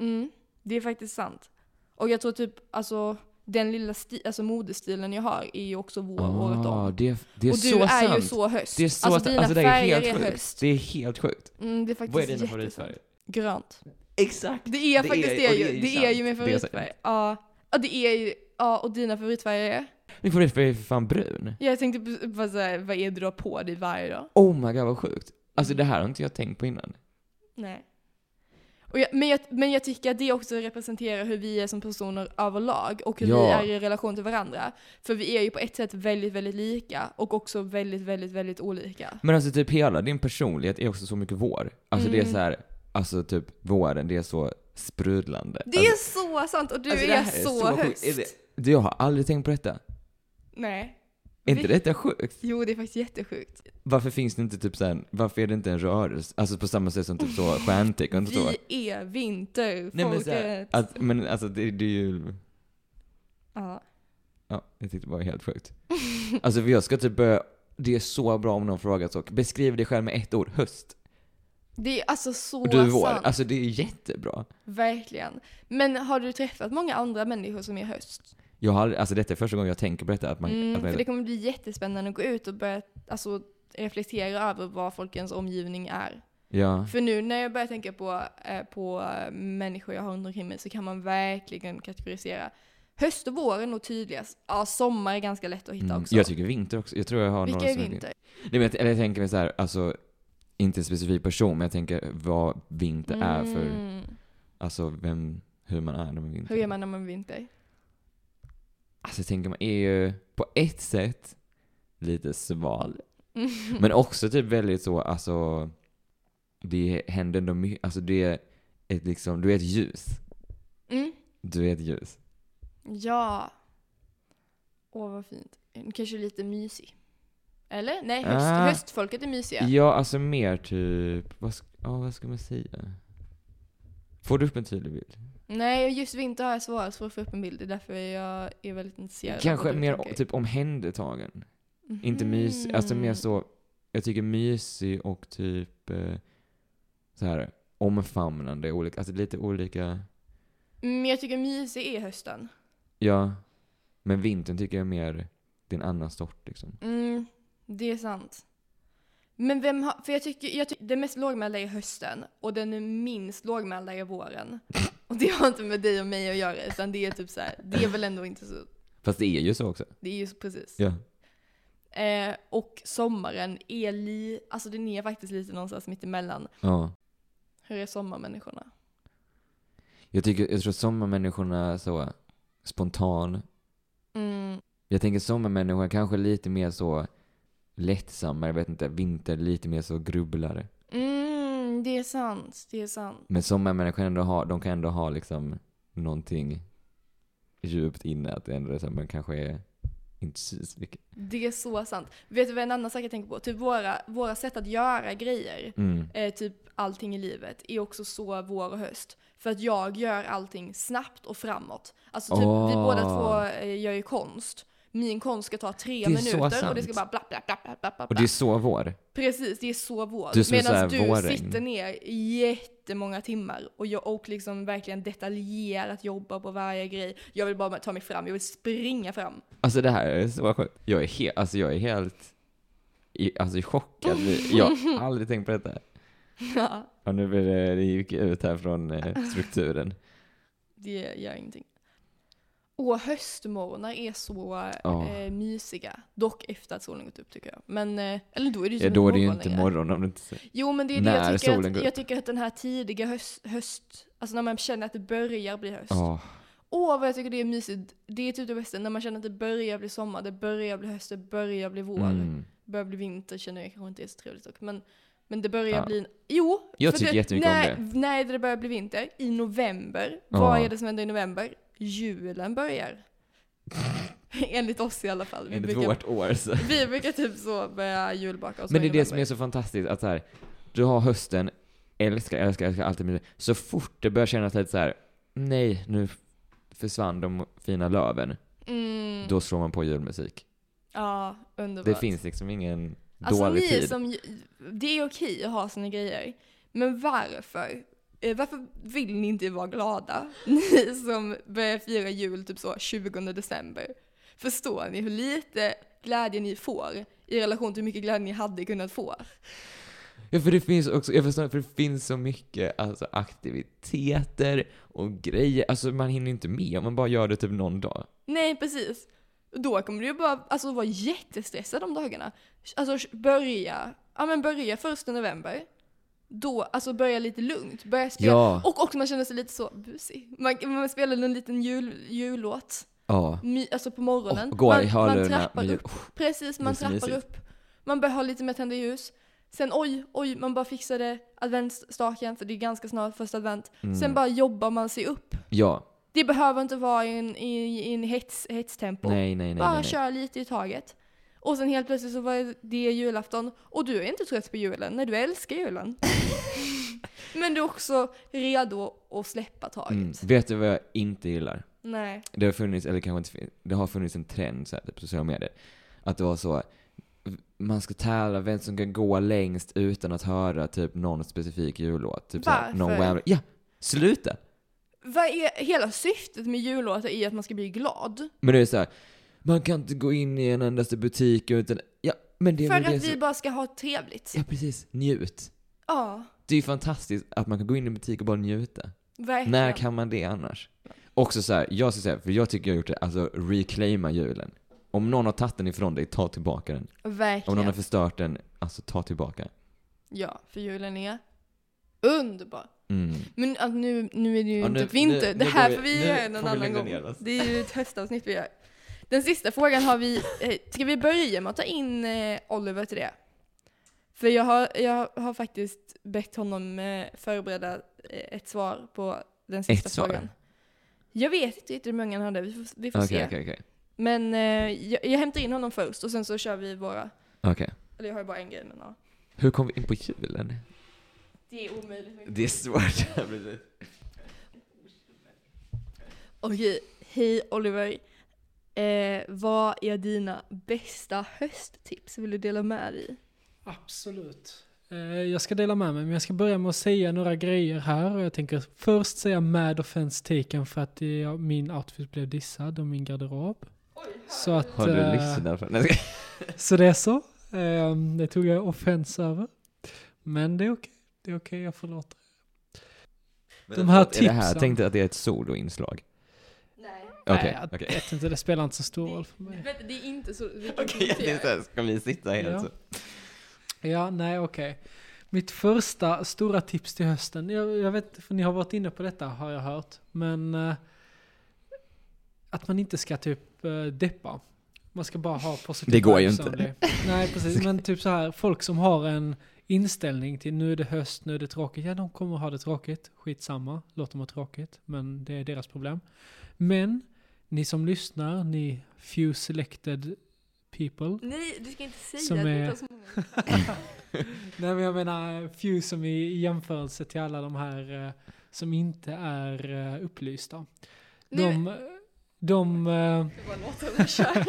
S1: Mm, det är faktiskt sant. Och jag tror typ, alltså den lilla sti- alltså, modestilen jag har är ju också vår året om.
S2: det, Ah, det är
S1: och du
S2: så
S1: är
S2: sant.
S1: ju så höst.
S2: Det är så
S1: alltså
S2: sant.
S1: dina
S2: alltså, det är
S1: färger
S2: helt
S1: är,
S2: sjukt.
S1: höst.
S2: Det är helt sjukt.
S1: Mm, det är faktiskt
S2: Vad är dina
S1: jättesant.
S2: favoritfärger?
S1: Grönt.
S2: Exakt.
S1: Det är
S2: Det
S1: faktiskt
S2: är-
S1: det,
S2: och
S1: ju.
S2: det är ju
S1: Det är
S2: sant.
S1: ju min
S2: Det är sant.
S1: favoritfärg. Ja. ja, det är ju, ja och dina favoritfärger är?
S2: Min favoritfärg är för fan brun.
S1: Ja, Jag tänkte på- bara såhär, vad är det du har på dig varje dag?
S2: Oh my god vad sjukt. Alltså det här har inte jag tänkt på innan.
S1: Nej. Och jag, men, jag, men jag tycker att det också representerar hur vi är som personer överlag och hur vi
S2: Ja.
S1: är i relation till varandra. För vi är ju på ett sätt väldigt, väldigt lika och också väldigt, väldigt, väldigt olika.
S2: Men alltså typ hela din personlighet är också så mycket vår. Alltså det är
S1: Mm.
S2: så här, alltså typ våren, det är så sprudlande.
S1: Det
S2: alltså,
S1: är så sant och du
S2: alltså, det
S1: är,
S2: här
S1: så,
S2: sjukt.
S1: höst.
S2: Är det- du, Jag har aldrig tänkt på detta.
S1: Nej.
S2: Är inte
S1: Vi-
S2: detta sjukt?
S1: Jo, det är faktiskt jättesjukt.
S2: Varför finns det inte typ så här, varför är det inte en rörelse? Alltså på samma sätt som typ så stjärntecken och så.
S1: Vi är vinter,
S2: Nej men så här,
S1: folket.
S2: att, men alltså det, det är ju...
S1: Ja.
S2: Ja, jag tyckte det var helt sjukt. Alltså för jag ska typ börja, det är så bra om någon frågar så. Beskriv dig själv med ett ord, höst.
S1: Det är alltså så
S2: Och du är vår.
S1: sant.
S2: Alltså det är jättebra.
S1: Verkligen. Men har du träffat många andra människor som är höst?
S2: Jag har aldrig, alltså detta är första gången jag tänker på detta. Att man,
S1: mm,
S2: att man,
S1: för det kommer bli jättespännande att gå ut och börja alltså, reflektera över vad folkens omgivning är.
S2: Mm. ja,
S1: För nu när jag börjar tänka på, eh, på eh, människor jag har runt omkring mig så kan man verkligen kategorisera. Höst och vår är nog tydligast. Ja, sommar är ganska lätt att hitta
S2: mm,
S1: också.
S2: jag tycker vinter också. Jag tror jag har
S1: Vilka
S2: några
S1: är
S2: som
S1: vinter?
S2: Nej, men jag, eller jag tänker mig så här, alltså inte en specifik person, men jag tänker vad vinter är för,
S1: Mm.
S2: alltså vem, hur man är när man vinter.
S1: Hur är man när man är vinter?
S2: Alltså jag tänker man är ju på ett sätt lite sval.
S1: Mm.
S2: Men också typ väldigt så, alltså det händer ändå mycket, alltså det är ett liksom, du är ett ljus.
S1: Mm.
S2: Du är ett ljus.
S1: Ja. Åh, vad fint. Mm, Kanske lite mysig. Eller? Nej, höst,
S2: Ah.
S1: höstfolket är mysiga.
S2: Ja, alltså mer typ, vad, sk- ja, vad ska man säga? Får du upp en tydlig bild?
S1: Nej, just vinter har jag svårast för att få upp en bild. Det är därför jag är väldigt intresserad. av
S2: Kanske
S1: vad du
S2: mer
S1: tänker.
S2: typ omhändertagen.
S1: Mm.
S2: Inte mysig, alltså mer
S1: Mhm.
S2: så, jag tycker mysig och typ eh, så här omfamnande, olika, alltså lite olika,
S1: Mm, jag tycker mysig är hösten.
S2: ja. Men vintern tycker jag är mer, det är en annan sort liksom.
S1: Mm, det är sant. Men vem har, för jag tycker, jag tycker det mest lågmälda är hösten och den minst lågmälda är våren. Och det har inte med dig och mig att göra utan det är typ så här, det är väl ändå inte så,
S2: Fast det är ju så också.
S1: det är ju så precis.
S2: Ja.
S1: Eh, och sommaren är li, alltså den är faktiskt lite någonstans mitt emellan.
S2: ja.
S1: Hur är sommarmänniskorna?
S2: Jag tycker, jag tror sommarmänniskorna är så spontan.
S1: Mm,
S2: Jag tänker sommarmänniskan kanske lite mer så lättsamma, jag vet inte, vinter lite mer så grubblare.
S1: mm, det är sant, det är sant.
S2: Men sommarmänniskan ändå har, de kan ändå ha liksom någonting djupt inne, att det ändå är så här, men kanske är inte precis vilket.
S1: Det är så sant. Vet du vad en annan sak jag tänker på? Typ våra, våra sätt att göra grejer.
S2: Mm.
S1: eh, typ allting i livet är också så vår och höst. För att jag gör allting snabbt och framåt. Alltså typ vi
S2: Åh.
S1: båda två eh, gör ju konst. Min konst ska ta tre
S2: Det är så
S1: minuter och det ska bara bla
S2: sant.
S1: bla bla bla bla. bla.
S2: Och det är så vår.
S1: Precis, det är så vår.
S2: Du är som en
S1: Medan
S2: sån
S1: du
S2: här våräng.
S1: sitter ner i jättemånga timmar och, jag, och liksom verkligen detaljerat jobbar på varje grej. Jag vill bara ta mig fram, jag vill springa fram.
S2: Alltså det här är så sjukt. Jag är, he- alltså, jag är helt i, alltså, i chock. att
S1: Oh.
S2: vi- Jag har aldrig tänkt på detta.
S1: Ja,
S2: Och nu blir det, det gick ut här från eh, strukturen.
S1: det gör ingenting. Och höstmorgnar är så
S2: Ja.
S1: eh, mysiga. Dock efter att solen gått upp tycker jag. Men, eh, eller då är det ju
S2: Ja,
S1: typ
S2: då är det ju
S1: morgon
S2: inte
S1: längre.
S2: morgon om du inte säger.
S1: Jo men det är det
S2: När
S1: jag tycker,
S2: solen går
S1: att,
S2: upp.
S1: jag tycker att den här tidiga höst, höst, alltså när man känner att det börjar bli höst.
S2: Ja,
S1: Åh vad jag tycker det är mysigt. Det är typ det bästa, när man känner att det börjar bli sommar, det börjar bli höst, det börjar bli vår.
S2: mm.
S1: Börjar bli vinter känner jag kanske inte är så trevligt dock. Men, men det börjar
S2: Ja.
S1: bli... en- Jo!
S2: Jag
S1: för
S2: tycker
S1: det,
S2: jättemycket om
S1: när,
S2: det.
S1: När det börjar bli vinter? I november.
S2: Ja.
S1: Vad är det som händer i november? Julen börjar. Enligt oss i alla fall. Vi
S2: Enligt
S1: brukar,
S2: vårt år så.
S1: vi brukar typ så börja julbaka och så
S2: Men det
S1: i
S2: är det som är
S1: november.
S2: så fantastiskt att så här, du har hösten, älskar, älskar, älskar alltid med Så fort det börjar kännas lite så här, nej, nu försvann de fina löven.
S1: Mm.
S2: Då slår man på julmusik.
S1: Ja,
S2: Det,
S1: underbart.
S2: finns liksom ingen
S1: Alltså
S2: dålig
S1: ni
S2: tid.
S1: som, ju- det är okej att ha sina grejer, men varför? Eh, Varför vill ni inte vara glada? Ni som börjar fira jul typ så 20 december. Förstår ni hur lite glädje ni får i relation till hur mycket glädje ni hade kunnat få?
S2: Ja, för det finns också, jag förstår, för det finns så mycket alltså, aktiviteter och grejer. Alltså man hinner inte med om man bara gör det typ någon dag.
S1: Nej, precis. Då kommer du ju bara alltså, vara jättestressad de dagarna. Alltså börja, ja men börja första november. Då, alltså börja lite lugnt. Börja spela.
S2: Ja.
S1: Och också man känner sig lite så busig. Man, man spelar en liten jul, jullåt,
S2: Ja.
S1: my, alltså på morgonen.
S2: Och går
S1: man,
S2: i
S1: man
S2: hörlurarna
S1: trappar
S2: med jul.
S1: upp. Precis, man
S2: det är så
S1: trappar
S2: mysigt.
S1: upp. Man börjar ha lite mer tända ljus. Sen oj, oj, man bara fixade adventsstaken för det är ganska snart första advent. Sen bara jobbar man sig upp.
S2: mm. Ja.
S1: Det behöver inte vara i en, i, i en hets, hetstempo.
S2: Nej, nej, nej.
S1: bara
S2: nej, nej.
S1: köra lite i taget. Och sen helt plötsligt så var det julafton och du är inte trött på julen, nej du älskar julen. Men du är också redo att släppa taget.
S2: Mm. Vet du vad jag inte gillar?
S1: Nej.
S2: Det har funnits, eller kanske inte fin- det har funnits en trend så här, typ, på sociala medier. Att det var så, man ska tävla vem som kan gå längst utan att höra typ någon specifik jullåt. Typ så här, någon
S1: Varför?
S2: Wham- Ja, sluta!
S1: Vad är hela syftet med jullåtar är att man ska bli glad?
S2: Men det är så här, man kan inte gå in i en endaste butik utan, ja men det är
S1: För
S2: väl det
S1: att vi
S2: som,
S1: bara ska ha trevligt.
S2: Ja precis, njut.
S1: Ja,
S2: Det är ju fantastiskt att man kan gå in i en butik och bara njuta.
S1: verkligen.
S2: När kan man det annars? Också så här, jag ska säga, för jag tycker jag har gjort det, alltså reclaima julen. Om någon har tagit den ifrån dig, ta tillbaka den. Om någon
S1: Verkligen.
S2: har förstört den, alltså ta tillbaka.
S1: Ja, för julen är underbar.
S2: Mm.
S1: Men att nu, nu är det ju
S2: Ja,
S1: inte
S2: nu-
S1: vinter.
S2: nu-
S1: det
S2: nu
S1: här får
S2: går vi-
S1: vi
S2: nu
S1: göra någon
S2: får vi
S1: annan
S2: lugna
S1: gång.
S2: ner oss.
S1: Det är ju ett höstavsnitt vi gör. Den sista frågan har vi... Eh, ska vi börja med att ta in eh, Oliver till det? För jag har, jag har faktiskt bett honom eh, förbereda eh, ett svar på den sista
S2: Ett svar?
S1: frågan. Jag vet inte riktigt hur många han hade, vi får, vi får
S2: Okej,
S1: se.
S2: okej, okej.
S1: Men eh, jag, jag hämtar in honom först och sen så kör vi våra...
S2: Okej.
S1: Eller jag har ju bara en grej men ja.
S2: Hur kom vi in på julen?
S1: Det är omöjligt.
S2: Det är svårt. Precis.
S1: Okej, hej Oliver. Eh, vad är dina bästa hösttips? Vill du dela med dig?
S3: Absolut. Eh, Jag ska dela med mig, men jag ska börja med att säga några grejer här. Och Jag tänker först säga mad offense taken för att det, min outfit blev dissad och min garderob. Så att...
S2: Har du
S3: eh,
S2: lyssnat? på- Nej, jag skojar.
S3: Så det är så. Eh, Det tog jag offens över. Men det är okej. Det är okej, jag förlåter. De här
S2: Är det här,
S3: tipsen.
S2: tänkte att det är ett soloinslag.
S1: Nej.
S2: Okej,
S3: Nej, jag
S2: okej.
S3: vet inte, det spelar inte så stor roll för mig.
S1: Det, det är inte så... vi kan
S2: Okej, det är
S1: kommentera.
S2: så här, ska vi sitta helt
S3: Ja.
S2: så?
S3: Ja, nej, okej. Mitt första stora tips till hösten, jag, jag vet inte, för ni har varit inne på detta har jag hört, men eh, att man inte ska typ eh, deppa. Man ska bara ha positiv
S2: Det går ju
S3: vibes
S2: inte.
S3: only. Nej, precis. Men typ så här, folk som har en inställning till nu är det höst, nu är det tråkigt. Ja, de kommer ha det tråkigt. Skitsamma, låt dem ha tråkigt. Men det är deras problem. Men, ni som lyssnar, ni few selected people,
S1: Nej, du ska inte säga
S3: Som
S1: att det
S3: är-
S1: inte är så många.
S3: Nej men jag menar few som i i jämförelse till alla de här eh, som inte är eh, upplysta.
S1: Nu,
S3: De, de, eh,
S1: jag bara låter honom köra.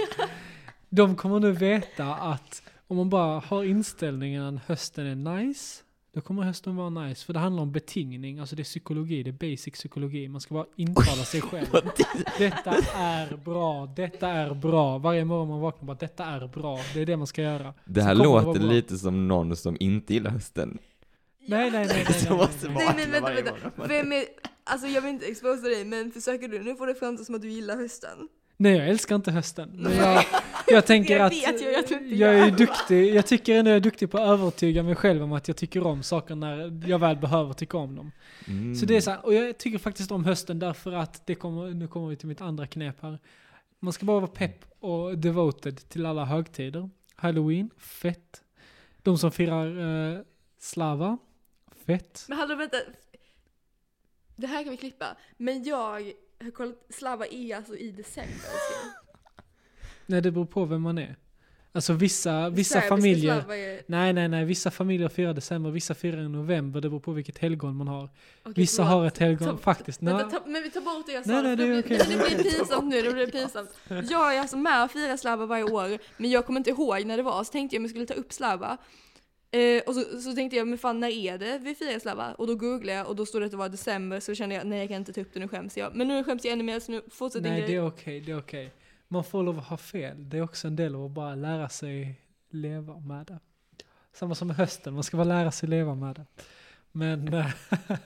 S3: de kommer nu veta att om man bara har inställningen att hösten är nice, då kommer hösten vara nice. För det handlar om betingning, alltså det är psykologi, det är basic psykologi. Man ska bara intala sig själv. Detta är bra, detta är bra. Varje morgon man vaknar bara, detta är bra. Det är det man ska göra.
S2: Det
S3: Så
S2: här
S3: kommer vara
S2: låter
S3: bra.
S2: lite som någon som inte gillar hösten.
S3: Nej, nej, nej. nej, nej,
S2: Som måste
S3: nej,
S1: Nej
S3: nej.
S1: men
S2: vakna
S1: vänta,
S2: varje
S1: vänta.
S2: morgon.
S1: Vem är... Alltså jag vill inte exposa dig men försöker du nu får det framstå som att du gillar hösten.
S3: Nej, jag älskar inte hösten. Men jag, jag tänker
S1: Det
S3: att
S1: vet jag ju att du inte
S3: jag
S1: gör.
S3: är ju duktig. Jag tycker ändå jag är duktig på att övertyga mig själv om att jag tycker om saker när jag väl behöver tycka om dem.
S2: Mm.
S3: Så det är så här, och jag tycker faktiskt om hösten därför att det kommer, nu kommer vi till mitt andra knep här. Man ska bara vara pepp och devoted till alla högtider. Halloween, fett. De som firar eh, slava, fett.
S1: Men hallå vänta. Det här kan vi klippa. Men jag har kollat, Slava är alltså i december. älskling.
S3: Nej, det beror på vem man är. Alltså vissa, vissa
S1: Serbiska
S3: familjer.
S1: Slava är-
S3: Nej, nej, nej. Vissa familjer firar december, vissa firar i november. Det beror på vilket helgon man har.
S1: Okej,
S3: Vissa
S1: förlåt.
S3: har ett helgon,
S1: Ta-
S3: faktiskt. Nej.
S1: Vänta, ta, men vi tar bort det jag sa.
S3: Nej, nej,
S1: för
S3: det är
S1: blir,
S3: okej, det
S1: det
S3: är
S1: blir
S2: okej.
S1: pinsamt nu, det blir pinsamt. Jag är alltså med och firar Slava varje år, men jag kommer inte ihåg när det var. Så tänkte jag om jag skulle ta upp Slava. Eh, och så, så tänkte jag, men fan när är det vi firar Slava? Och då googlade jag och då stod det att det var december, så kände jag nej jag kan inte ta upp det, nu skäms jag. Men nu skäms jag ännu mer, så nu fortsätter
S3: Nej,
S1: jag.
S3: det är okej, det är okej. Man får lov att ha fel. Det är också en del av att bara lära sig leva med det. Samma som med hösten, man ska bara lära sig leva med det. Men, eh,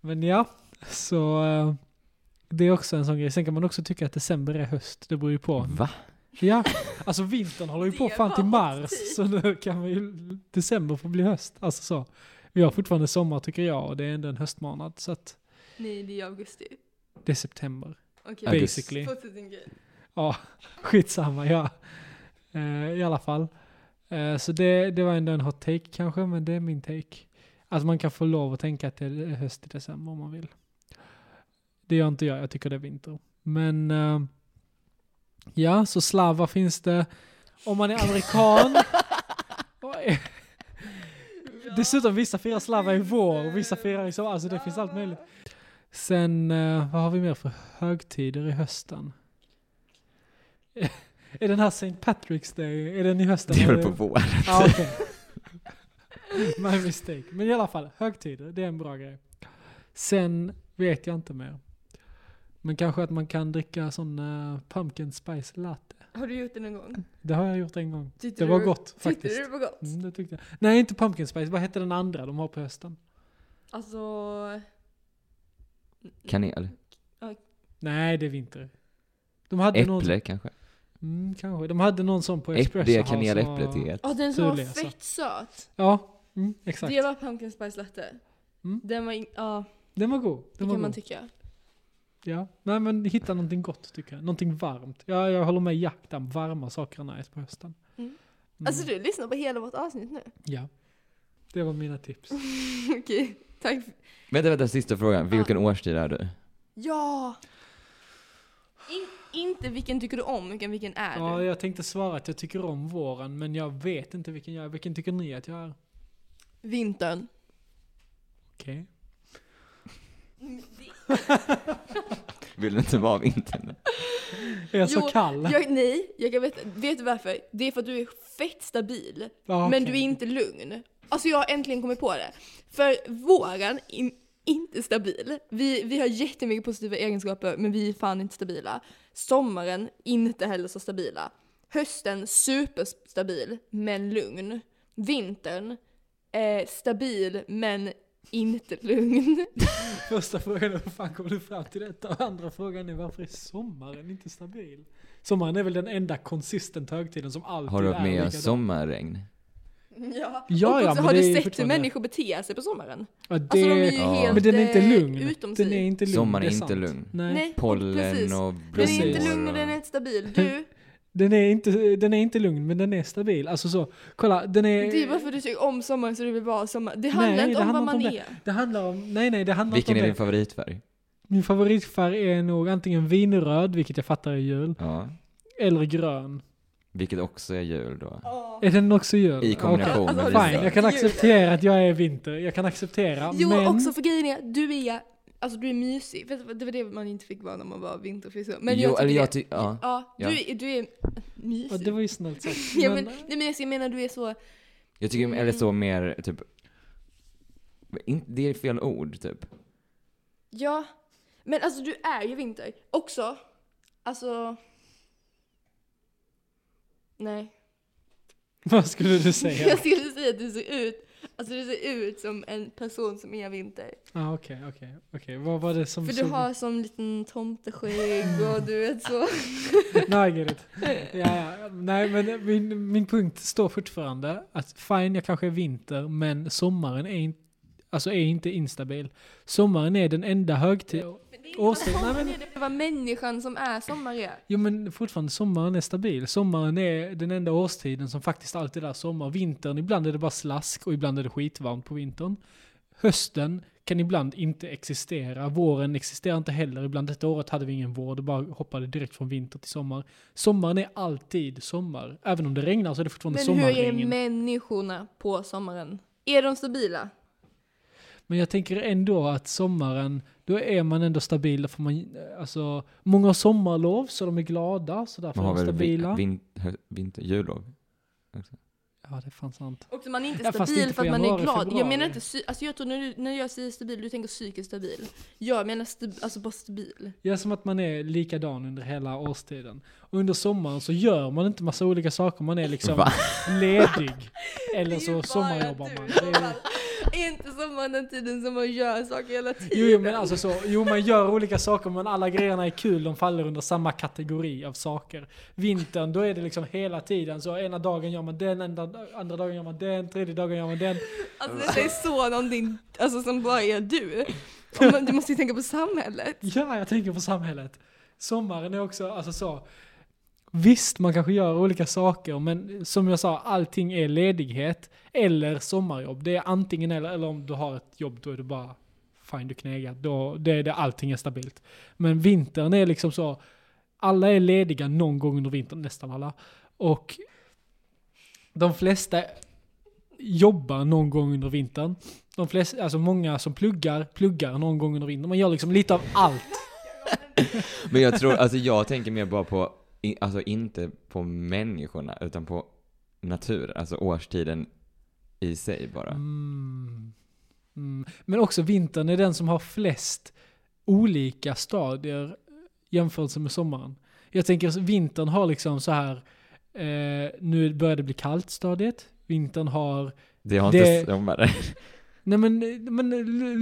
S3: men ja, så eh, det är också en sån grej. Sen kan man också tycka att december är höst, det beror ju på.
S2: Va?
S3: Ja, alltså vintern håller ju på
S1: Det
S3: fan till
S1: var typ
S3: mars.
S1: tid.
S3: Så nu kan vi ju, december får bli höst. Alltså så. Vi har fortfarande sommar tycker jag och det är ändå en höstmånad. Så att
S1: Nej, det är augusti.
S3: det är september.
S1: Okej,
S2: Augusti.
S3: Basically.
S1: fortsätt din grej.
S3: Ja, skitsamma. Ja. Eh, I alla fall. Eh, så det, det var ändå en hot take kanske, men det är min take. Att man kan få lov att tänka att det är höst i december om man vill. Det gör inte jag, jag tycker det är vinter. Men eh, ja, så slava finns det. Om man är amerikan. Oj. Dessutom vissa firar slava i vår, vissa firar i sommar. Alltså det finns allt möjligt. Sen, eh, vad har vi mer för högtider i hösten? är den här St. Patrick's Day, är den i hösten?
S2: Det är väl
S3: Eller-
S2: på vår.
S3: Ja, okej. My mistake. Men i alla fall, högtider, det är en bra grej. Sen vet jag inte mer. Men kanske att man kan dricka sån eh, pumpkin spice latte.
S1: Har du gjort det någon gång?
S3: Det har jag gjort en gång.
S1: Tyckte
S3: Det var
S1: du-
S3: gott
S1: Tyckte du
S3: faktiskt.
S1: det var gott?
S3: Mm, det tyckte jag. Nej, inte pumpkin spice. Vad hette den andra de har på hösten?
S1: Alltså... mm.
S2: Kanel?
S3: Nej, det är vinter. De hade någon...
S2: Äpple kanske?
S3: Mm, kanske. De hade någon sån på
S2: Äpple,
S3: Espresso
S2: det är
S3: House
S2: kanel,
S3: som var-
S2: äpple, teet.
S1: Ja, den som var
S3: Tydlig, alltså.
S1: fett söt.
S3: Ja, mm, exakt.
S1: Det var pumpkin spice latte.
S3: Mm.
S1: Den var in, ja.
S3: Den var god.
S1: Det
S3: Den var
S1: kan man
S3: god. Mm.
S1: tycka.
S3: Ja. Nej men hitta någonting gott tycker jag. Någonting varmt. Ja, jag håller med Jack där. Varma saker är nice på hösten.
S1: Mm.
S3: Mm.
S1: Alltså du lyssnar på hela vårt avsnitt nu?
S3: Ja. Det var mina tips.
S1: Okej, tack. för-
S2: Vänta, vänta, sista frågan. Vilken årstid är du?
S1: Ja! In, inte vilken tycker du om, utan vilken är
S3: Ja,
S1: du?
S3: jag tänkte svara att jag tycker om våren, men jag vet inte vilken jag är. Vilken tycker ni att jag är?
S1: Vintern.
S3: Okej.
S2: Vill du inte vara vintern?
S3: Är jag
S1: Jo,
S3: så kall?
S1: Jag, nej, jag kan veta, vet du varför? Det är för att du är fett stabil.
S3: Ja,
S1: Men
S3: okej.
S1: du är inte lugn. Alltså jag har äntligen kommit på det. För våren är inte stabil. Vi, vi har jättemycket positiva egenskaper men vi är fan inte stabila. Sommaren, inte heller så stabila. Hösten, superstabil men lugn. Vintern, eh, stabil men inte lugn.
S3: Första frågan är hur fan kom du fram till detta? Och andra frågan är varför är sommaren inte stabil? Sommaren är väl den enda konsistent högtiden som alltid
S2: Har du varit
S3: är
S2: med om
S3: likadan.
S2: sommarregn?
S1: Ja,
S3: ja,
S1: Och också,
S3: men
S1: har
S3: det är
S1: du
S3: ju
S1: sett hur
S3: fortfarande-
S1: människor beter sig på sommaren?
S3: Ja, det,
S1: Alltså de är ju
S2: Ja.
S1: helt
S2: Men
S3: men den är inte
S1: eh,
S3: lugn.
S1: utom sig.
S3: Den är inte lugn,
S2: Sommaren är
S3: det
S2: inte
S3: sant. Mm.
S2: lugn.
S3: Nej.
S1: Nej,
S2: Pollen
S1: precis. Den
S2: och blommor.
S1: är inte
S3: Precis.
S1: lugn och den är inte stabil. Du,
S3: Den, är inte, den är inte lugn, men den är stabil. Alltså så, kolla, den är...
S1: Det är bara för att du tycker om sommaren så du vill vara sommar. Det handlar
S3: Eh. Nej,
S1: inte om
S3: det
S1: vad
S3: handlar
S1: man
S3: inte om
S1: är.
S3: Det handlar om, nej nej det handlar
S2: Vilken
S3: inte
S2: är
S3: om
S2: din
S3: det.
S2: favoritfärg?
S3: Min favoritfärg är nog antingen vinröd, vilket jag fattar är jul,
S2: Ja.
S3: eller grön.
S2: Vilket också är jul då.
S3: Är den också jul?
S2: I kombination
S1: Alltså, har du
S2: med
S3: Fine,
S1: sett
S2: vita.
S3: jag kan
S1: julen?
S3: acceptera att jag är vinter. Jag kan acceptera,
S1: Jo,
S3: men...
S1: också för grejen är att du är, alltså du är mysig. Vet du vad, Det var det man inte fick vara när man var vinterfrisör. Men
S2: Jo,
S1: jag tycker
S2: eller jag
S1: det.
S2: ty- ja.
S1: ja,
S2: Ja.
S1: Du, är, du är
S3: Ja,
S1: mysig.
S3: det var ju snällt sagt.
S1: ja, men, nej, men jag menar du är så,
S2: Jag tycker, eller så mer typ... In, det är fel ord typ.
S1: ja. Men alltså du är ju vinter. Också, alltså. Nej.
S3: Vad skulle du säga?
S1: Jag skulle säga att du ser ut, alltså du ser ut som en person som är vinter.
S3: Ah, okej, okej, okej. Vad var det som...
S1: För du har som liten tomteskägg och du vet så.
S3: Nej, I get it. ja, ja. Nej, men min, min punkt står fortfarande att fine, jag kanske är vinter, men sommaren är, in, alltså är inte instabil. Sommaren är den enda högtiden.
S1: Men det är
S3: Åsikt, nej, men-
S1: inte bara människan som är sommar är.
S3: Jo men fortfarande, sommaren är stabil. Sommaren är den enda årstiden som faktiskt alltid är sommar. Vintern, ibland är det bara slask och ibland är det skitvarmt på vintern. Hösten kan ibland inte existera. Våren existerar inte heller. Ibland detta året hade vi ingen vår, det bara hoppade direkt från vinter till sommar. Sommaren är alltid sommar. Även om det regnar så är det fortfarande
S1: Men hur är
S3: sommarregn.
S1: människorna på sommaren? Är de stabila?
S3: Men jag tänker ändå att sommaren, då är man ändå stabil. Där får man, alltså, många har sommarlov så de är glada, så därför
S2: Man
S3: är
S2: har
S3: de
S2: väl
S3: stabila.
S2: vin, vin, hö- vinter, jullov?
S3: ja, det är fan sant.
S1: Och så man är inte
S3: Ja, fast
S1: stabil
S3: inte på
S1: för att man är
S3: januari,
S1: glad. Jag
S3: februari.
S1: menar inte, psy- alltså jag tror när, du, när jag säger stabil, du tänker psykiskt stabil. Jag menar st- alltså bara stabil.
S3: Ja, som att man är likadan under hela årstiden. Och under sommaren så gör man inte massa olika saker, man är liksom
S2: Va?
S3: ledig. Eller
S1: Det är ju
S3: så
S1: bara
S3: sommarjobbar
S1: du
S3: man.
S1: i
S3: Det
S1: alla
S3: är,
S1: fall. Är inte sommaren den tiden som man gör saker hela tiden?
S3: jo, jo, men alltså så, jo, man gör olika saker men alla grejerna är kul, de faller under samma kategori av saker. Vintern, då är det liksom hela tiden så, ena dagen gör man den, andra, andra dagen gör man den, tredje dagen gör man den.
S1: Alltså detta är så någonting alltså, som bara är du. Om man- Du måste ju tänka på samhället.
S3: Ja, jag tänker på samhället. Sommaren är också, alltså så. Visst, man kanske gör olika saker, men som jag sa, allting är ledighet eller sommarjobb. Det är antingen eller, eller om du har ett jobb, då är det bara fine, du knegar. Då, det är det, allting är stabilt. Men vintern är liksom så, alla är lediga någon gång under vintern, nästan alla. Och de flesta jobbar någon gång under vintern. De flesta, alltså många som pluggar, pluggar någon gång under vintern. Man gör liksom lite av allt.
S2: Men jag tror, alltså jag tänker mer bara på, i- alltså inte på människorna utan på naturen, alltså årstiden i sig bara.
S3: Mm. Mm. Men också vintern är den som har flest olika stadier jämfört med sommaren. Jag tänker att vintern har liksom så här, eh, nu börjar det bli kallt stadiet. Vintern har
S2: Det har
S3: Det-
S2: inte sommaren.
S3: Nej men, men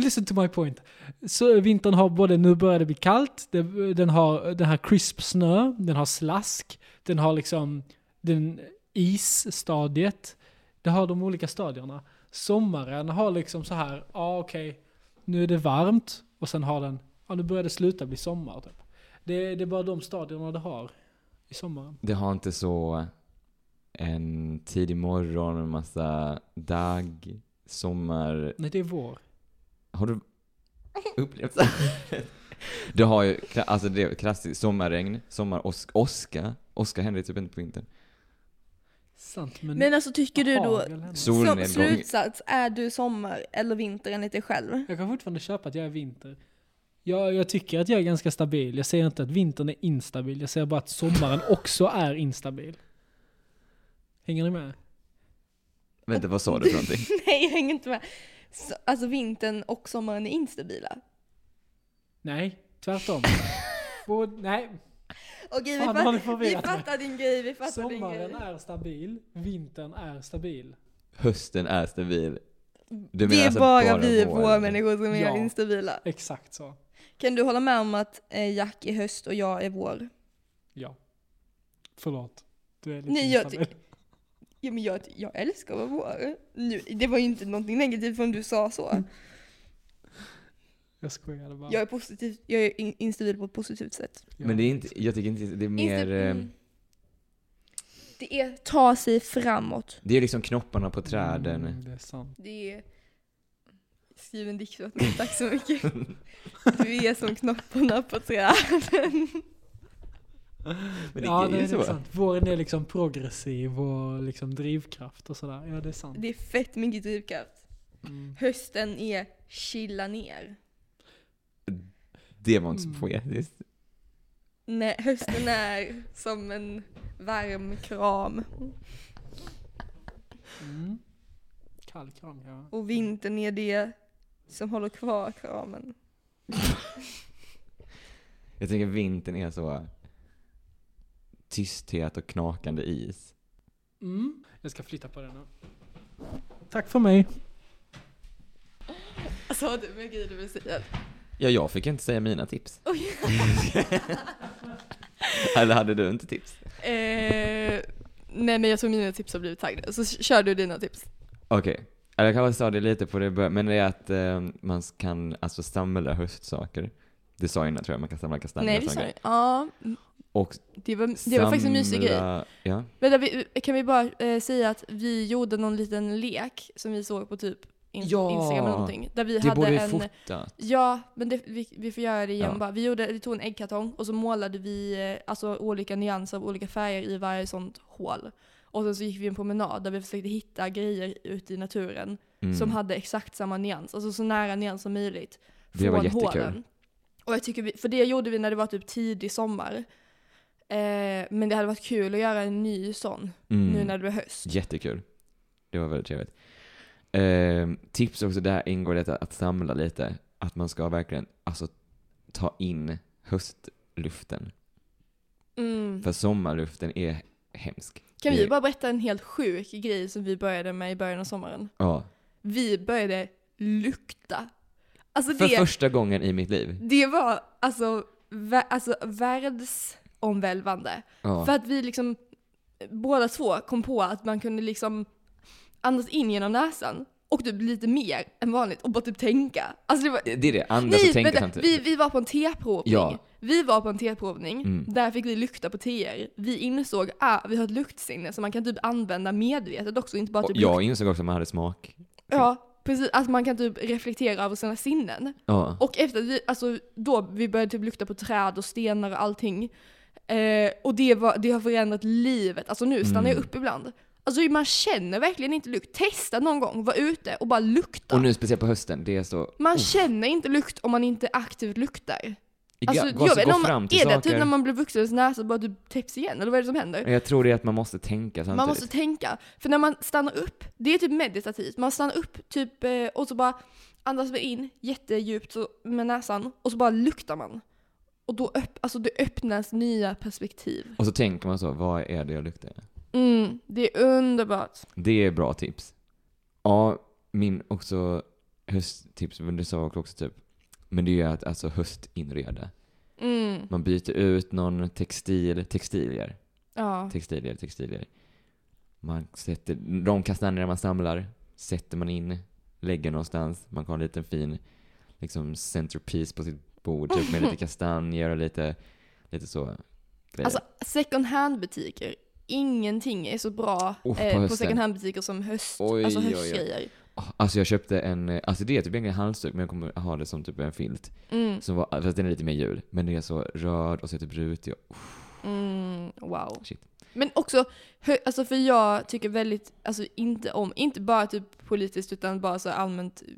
S3: listen to my point. Så vintern har både, nu börjar det bli kallt, det, den har den här crisp snö, den har slask, den har liksom den isstadiet. Det har de olika stadierna. Sommaren har liksom så här, ja ah, okej, nu är det varmt och sen har den, ja nu börjar det sluta bli sommar typ. Det, det är bara de stadierna det har i sommaren.
S2: Det har inte så en tidig morgon med massa dag, sommar.
S3: Nej, det är vår.
S2: Har du upplevt det? Du har ju, kla- alltså det är klassiskt, sommarregn, sommaråska, åska. Åska händer typ inte på vintern.
S3: Sant, men...
S1: Men alltså tycker du då,
S3: hagel händer.
S2: Sol- Solnedgång.
S1: som slutsats, är du sommar eller vinter enligt dig själv?
S3: Jag kan fortfarande köpa att jag är vinter. Jag, jag tycker att jag är ganska stabil. Jag säger inte att vintern är instabil. Jag säger bara att sommaren också är instabil. Hänger ni med?
S2: Vänta, vad sa du för någonting?
S1: Nej jag hänger inte med. Så, alltså vintern och sommaren är instabila.
S3: Nej, tvärtom. Både, nej,
S1: Okej vi,
S3: fan har ni
S1: fatt, vi
S3: förvirrat mig.
S1: fattar din grej, vi fattar din
S3: Sommaren
S1: grej.
S3: är stabil, vintern är stabil.
S2: Hösten är stabil. Du menar
S1: det är
S2: alltså
S1: bara,
S2: bara
S1: vi
S2: vår-
S1: vårmänniskor som
S3: Ja.
S1: är instabila.
S3: Exakt så.
S1: Kan du hålla med om att eh, Jack är höst och jag är vår?
S3: Ja. Förlåt. Du är lite
S1: Nej, jag
S3: instabil.
S1: Ja, men jag, jag älskar att vara vår. Nu, det var ju inte någonting negativt från du sa
S3: Mm.
S1: så.
S3: Jag skojade bara.
S1: Jag är, positiv, jag är in- instabil på ett positivt sätt.
S3: Ja.
S2: Men det är inte, jag tycker inte, det är mer...
S1: Insta-
S2: eh,
S1: mm. Det är ta sig framåt.
S2: Det är liksom knopparna på träden.
S3: Mm, det är sant.
S1: Det är... Skriv en dikt åt mig, tack så mycket. Du är som knopparna på träden.
S2: Men det
S3: ja,
S2: är ju
S3: nej, det
S2: så.
S3: är sant. Våren är liksom progressiv och liksom drivkraft och sådär. Ja, det är sant.
S1: Det är fett mycket drivkraft.
S3: Mm.
S1: Hösten är chilla ner.
S2: Det var inte så
S3: Mm.
S2: poetiskt.
S1: Nej, hösten är som en varm kram.
S3: Mm. Kall kram, ja.
S1: Och vintern är det som håller kvar kramen.
S2: Jag tycker vintern är så tysthet och knakande is.
S3: Mm. Jag ska flytta på den nu. Tack för mig.
S2: Alltså,
S1: Sa du med grejer du vill säga?
S2: Ja, jag fick inte säga mina tips.
S1: Oj.
S2: Eller hade du inte tips?
S1: Eh, nej men jag tror mina tips har blivit taggade, så kör du dina tips.
S2: Okej. Eller Jag kanske sa det lite på det bör- men det är att eh, man kan alltså samla höstsaker. Det sa jag innan tror jag, man kan samla kastanjer
S1: nej
S2: och
S1: det
S2: sån
S1: sa
S2: grej.
S1: du. Ja, mm,
S2: Och
S1: det var, det var faktiskt en mysig grej.
S2: samla- Ja.
S1: Vänta, vi, kan vi bara eh, säga att vi gjorde någon liten lek som vi såg på typ in,
S2: Ja.
S1: Instagram eller någonting. Där vi
S2: Det
S1: hade
S2: borde vi
S1: en...
S2: fota.
S1: Ja, men det, vi, vi får göra det igen
S2: Ja.
S1: bara. Vi, gjorde, vi tog en äggkartong och så målade vi eh, alltså, olika nyanser av olika färger i varje sånt hål. Och sen så gick vi en promenad där vi försökte hitta grejer ute i naturen
S2: Mm.
S1: som hade exakt samma nyans, alltså så nära nyans som möjligt.
S2: Det var
S1: från
S2: jättekul.
S1: hålen. Och jag tycker vi, för det gjorde vi när det var typ tidig sommar. Eh, men det hade varit kul att göra en ny sån
S2: Mm.
S1: nu när det är höst.
S2: Jättekul. Det var väldigt trevligt. Ehm, tips också, där ingår detta att samla lite. Att man ska verkligen alltså, ta in höstluften.
S1: Mm.
S2: För sommarluften är hemsk.
S1: Kan vi
S2: det-
S1: bara berätta en helt sjuk grej som vi började med i början av sommaren?
S2: Ja.
S1: vi började lukta. Alltså
S2: För
S1: det,
S2: första gången i mitt liv.
S1: det var alltså, vä- alltså världsomvälvande.
S2: Ja.
S1: För att vi liksom båda två kom på att man kunde liksom andas in genom näsan och typ lite mer än vanligt och bara typ tänka. Alltså det var,
S2: Det är det, andas och
S1: Nej,
S2: tänka
S1: vänta,
S2: samtidigt.
S1: vi, vi var på en teprovning.
S2: Ja.
S1: Vi var på en teprovning,
S2: Mm.
S1: där fick vi lukta på teer. Vi insåg att ah, vi har ett luktsinne som man kan typ använda medvetet också, inte bara
S2: Och
S1: typ
S2: jag insåg också att man hade smak.
S1: Ja, precis. Att man kan typ reflektera över sina sinnen.
S2: Ja.
S1: Och efter att vi, alltså då vi började typ lukta på träd och stenar och allting. Eh, och det, var, det har förändrat livet. Alltså nu stannar
S2: Mm.
S1: jag upp ibland. Alltså man känner verkligen inte lukt. Testa någon gång, var ute och bara lukta.
S2: Och nu speciellt på hösten, det är så... oh,
S1: man känner inte lukt om man inte aktivt luktar. Alltså,
S2: Alltså,
S1: vet
S2: jag gå
S1: inte om-
S2: fram till
S1: är det
S2: saker.
S1: typ när man blir vuxen i sin näsa bara du täpps igen? Eller vad är det som händer?
S2: Jag tror det är att man måste tänka samtidigt.
S1: Man måste tänka. För när man stannar upp, det är typ meditativt. Man stannar upp typ eh, och så bara andas man in jättedjupt så- med näsan och så bara luktar man. Och då öpp, alltså det öppnas nya perspektiv.
S2: Och så tänker man så, vad är det jag luktar?
S1: Mm, det är underbart.
S2: Det är bra tips. Ja, min också hösttips, men det sa jag också typ. Men det är ju att alltså höstinreda.
S1: Mm,
S2: Man byter ut någon textil, textilier,
S1: ja.
S2: textilier, textilier. Man sätter, de kastanjerna man samlar sätter man in, lägger någonstans. Man kan ha en liten fin liksom centerpiece på sitt bord, typ med lite kastanjer och lite, lite så grejer.
S1: Alltså second hand butiker, ingenting är så bra
S2: Oh, på
S1: eh, på
S2: hösten.
S1: second hand butiker som höst,
S2: Oj,
S1: alltså
S2: oj, oj.
S1: höstgrejer.
S2: Ah, alltså jag köpte en, eh, alltså det är typ egentligen halsduk men jag kommer ha det som typ en filt.
S1: Mm,
S2: Som var, fast den är lite mer jul. Men den är så röd och så är det typ rutig och
S1: mm, wow.
S2: Shit.
S1: Men också, hö, alltså för jag tycker väldigt, alltså inte om, inte bara typ politiskt utan bara så allmänt eh,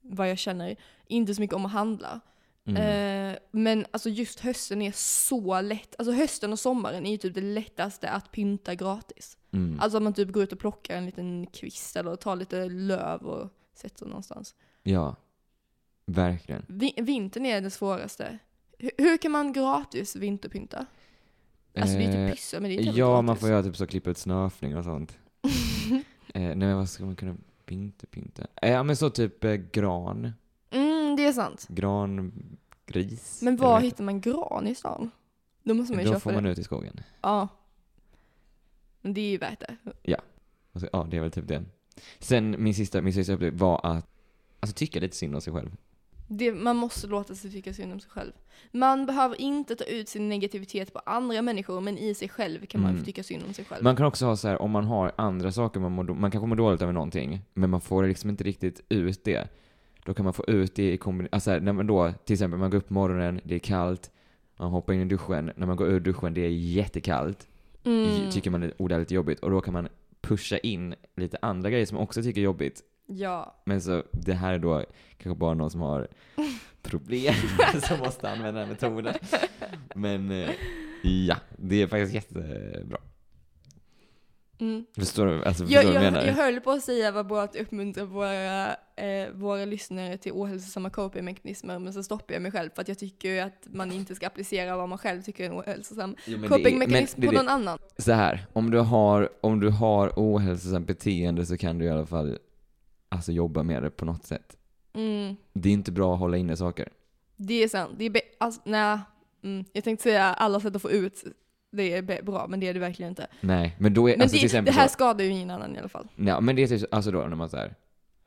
S1: vad jag känner, inte så mycket om att handla.
S2: mm.
S1: Eh, men alltså just hösten är så lätt, alltså hösten och sommaren är ju typ det lättaste att pynta gratis.
S2: Mm.
S1: Alltså att man typ går ut och plockar en liten kvist eller tar lite löv och sätter någonstans.
S2: Ja. Verkligen.
S1: Vi- vintern är det svåraste. Hur, hur kan man gratis vinterpynta? Alltså det är
S2: Eh,
S1: typ pyssel men det är inte
S2: Ja, man får göra typ så klippa ut snöfning och sånt. eh, nej men vad ska man kunna pynta pynta? Eh, ja men så typ eh, gran.
S1: Mm, det är sant.
S2: Gran, gris.
S1: Men
S2: eller
S1: var
S2: vad
S1: hittar man gran i stan? Då måste man ju
S2: Då
S1: köpa
S2: får
S1: det.
S2: man ut i skogen.
S1: Ja. Men det är ju värt det.
S2: Och så, ja, det är väl typ det. Sen min sista, min sista upplevelse var att alltså, tycka lite synd om sig själv.
S1: det. Man måste låta sig tycka synd om sig själv. Man behöver inte ta ut sin negativitet på andra människor men i sig själv kan man
S2: Mm.
S1: få tycka synd om sig själv.
S2: Man kan också ha så här, om man har andra saker, man, mår, då- man kanske mår dåligt över någonting, men man får liksom inte riktigt ut det. Då kan man få ut det i kombination, alltså här, när man då, till exempel man går upp på morgonen, det är kallt, man hoppar in i duschen, när man går ur duschen, det är jättekallt,
S1: Mm.
S2: tycker man är- oh, det är lite jobbigt, och då kan man pusha in lite andra grejer som man också tycker är jobbigt.
S1: Ja.
S2: Men så, det här är då kanske bara någon som har problem som måste använda den här metoden. Men eh, ja, det är faktiskt jättebra.
S1: Mm.
S2: Förstår du, alltså, förstår
S1: Jag,
S2: du vad jag menar?
S1: jag, jag höll på att säga vad bra att uppmuntra våra, eh, våra lyssnare till ohälsosamma copingmekanismer men så stoppar jag mig själv för att jag tycker ju att man inte ska applicera vad man själv tycker är en ohälsosam
S2: Jo, men det är-
S1: copingmekanism
S2: men
S1: på
S2: det är
S1: någon annan.
S2: det. Så här, om du har, om du har ohälsosamt beteende så kan du i alla fall alltså, jobba med det på något sätt.
S1: Mm,
S2: Det är inte bra att hålla inne saker.
S1: det är sant. Det är be- alltså, nej. Mm, jag tänkte säga alla sätt att få ut det är be- bra men det är det verkligen inte.
S2: Nej, men då är,
S1: Men
S2: alltså, till
S1: det, det
S2: exempel
S1: här
S2: så,
S1: skadar ju ingen annan i alla fall.
S2: ja, men det är typ, alltså då när man så här,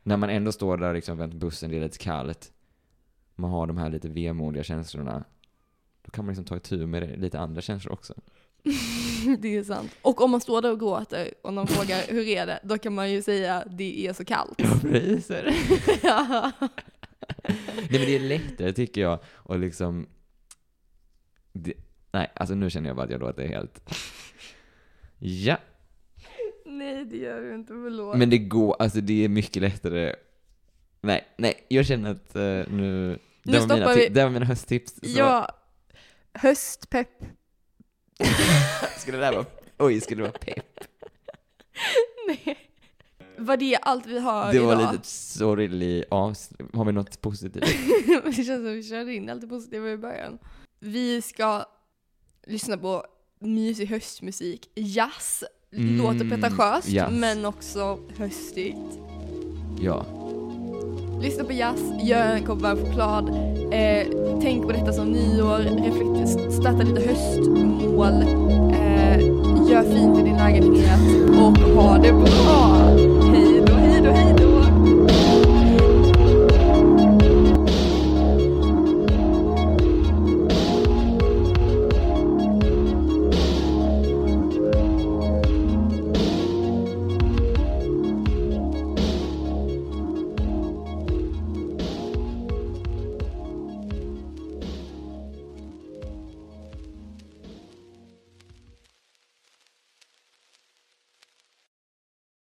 S2: när man ändå står där liksom vänt bussen, det är lite kallt, man har de här lite vemodiga känslorna, då kan man liksom ta itu med det, lite andra känslor också.
S1: det är sant. Och om man står där och gråter och någon frågar hur är det, då kan man ju säga det är så kallt.
S2: Jag fryser.
S1: ja.
S2: Nej men det är lättare tycker jag och liksom... Det, nej, alltså nu känner jag bara att jag låter helt... Ja,
S1: Nej det gör du inte, förlåt.
S2: men det går, alltså det är mycket lättare. Nej, nej, jag känner att eh, nu... Det var,
S1: stoppar
S2: mina,
S1: vi.
S2: ti- det var mina hösttips. Så
S1: Ja. Höstpepp.
S2: Skulle det där vara... Oj, skulle det vara pepp?
S1: Nej. Var det allt vi har
S2: Det var
S1: idag?
S2: lite sorglig avslut. Har vi något positivt?
S1: det känns som vi körde in allt det positiva i början. Vi ska lyssna på mysig höstmusik. Jazz
S2: Mm,
S1: låter pretentiöst
S2: jazz.
S1: men också höstigt.
S2: Ja.
S1: Lyssna på jazz, gör en kopp varm choklad. Eh, tänk på detta som nyår. Reflekt- starta lite höstmål. Eh, gör fint i din lägenhet och ha det bra.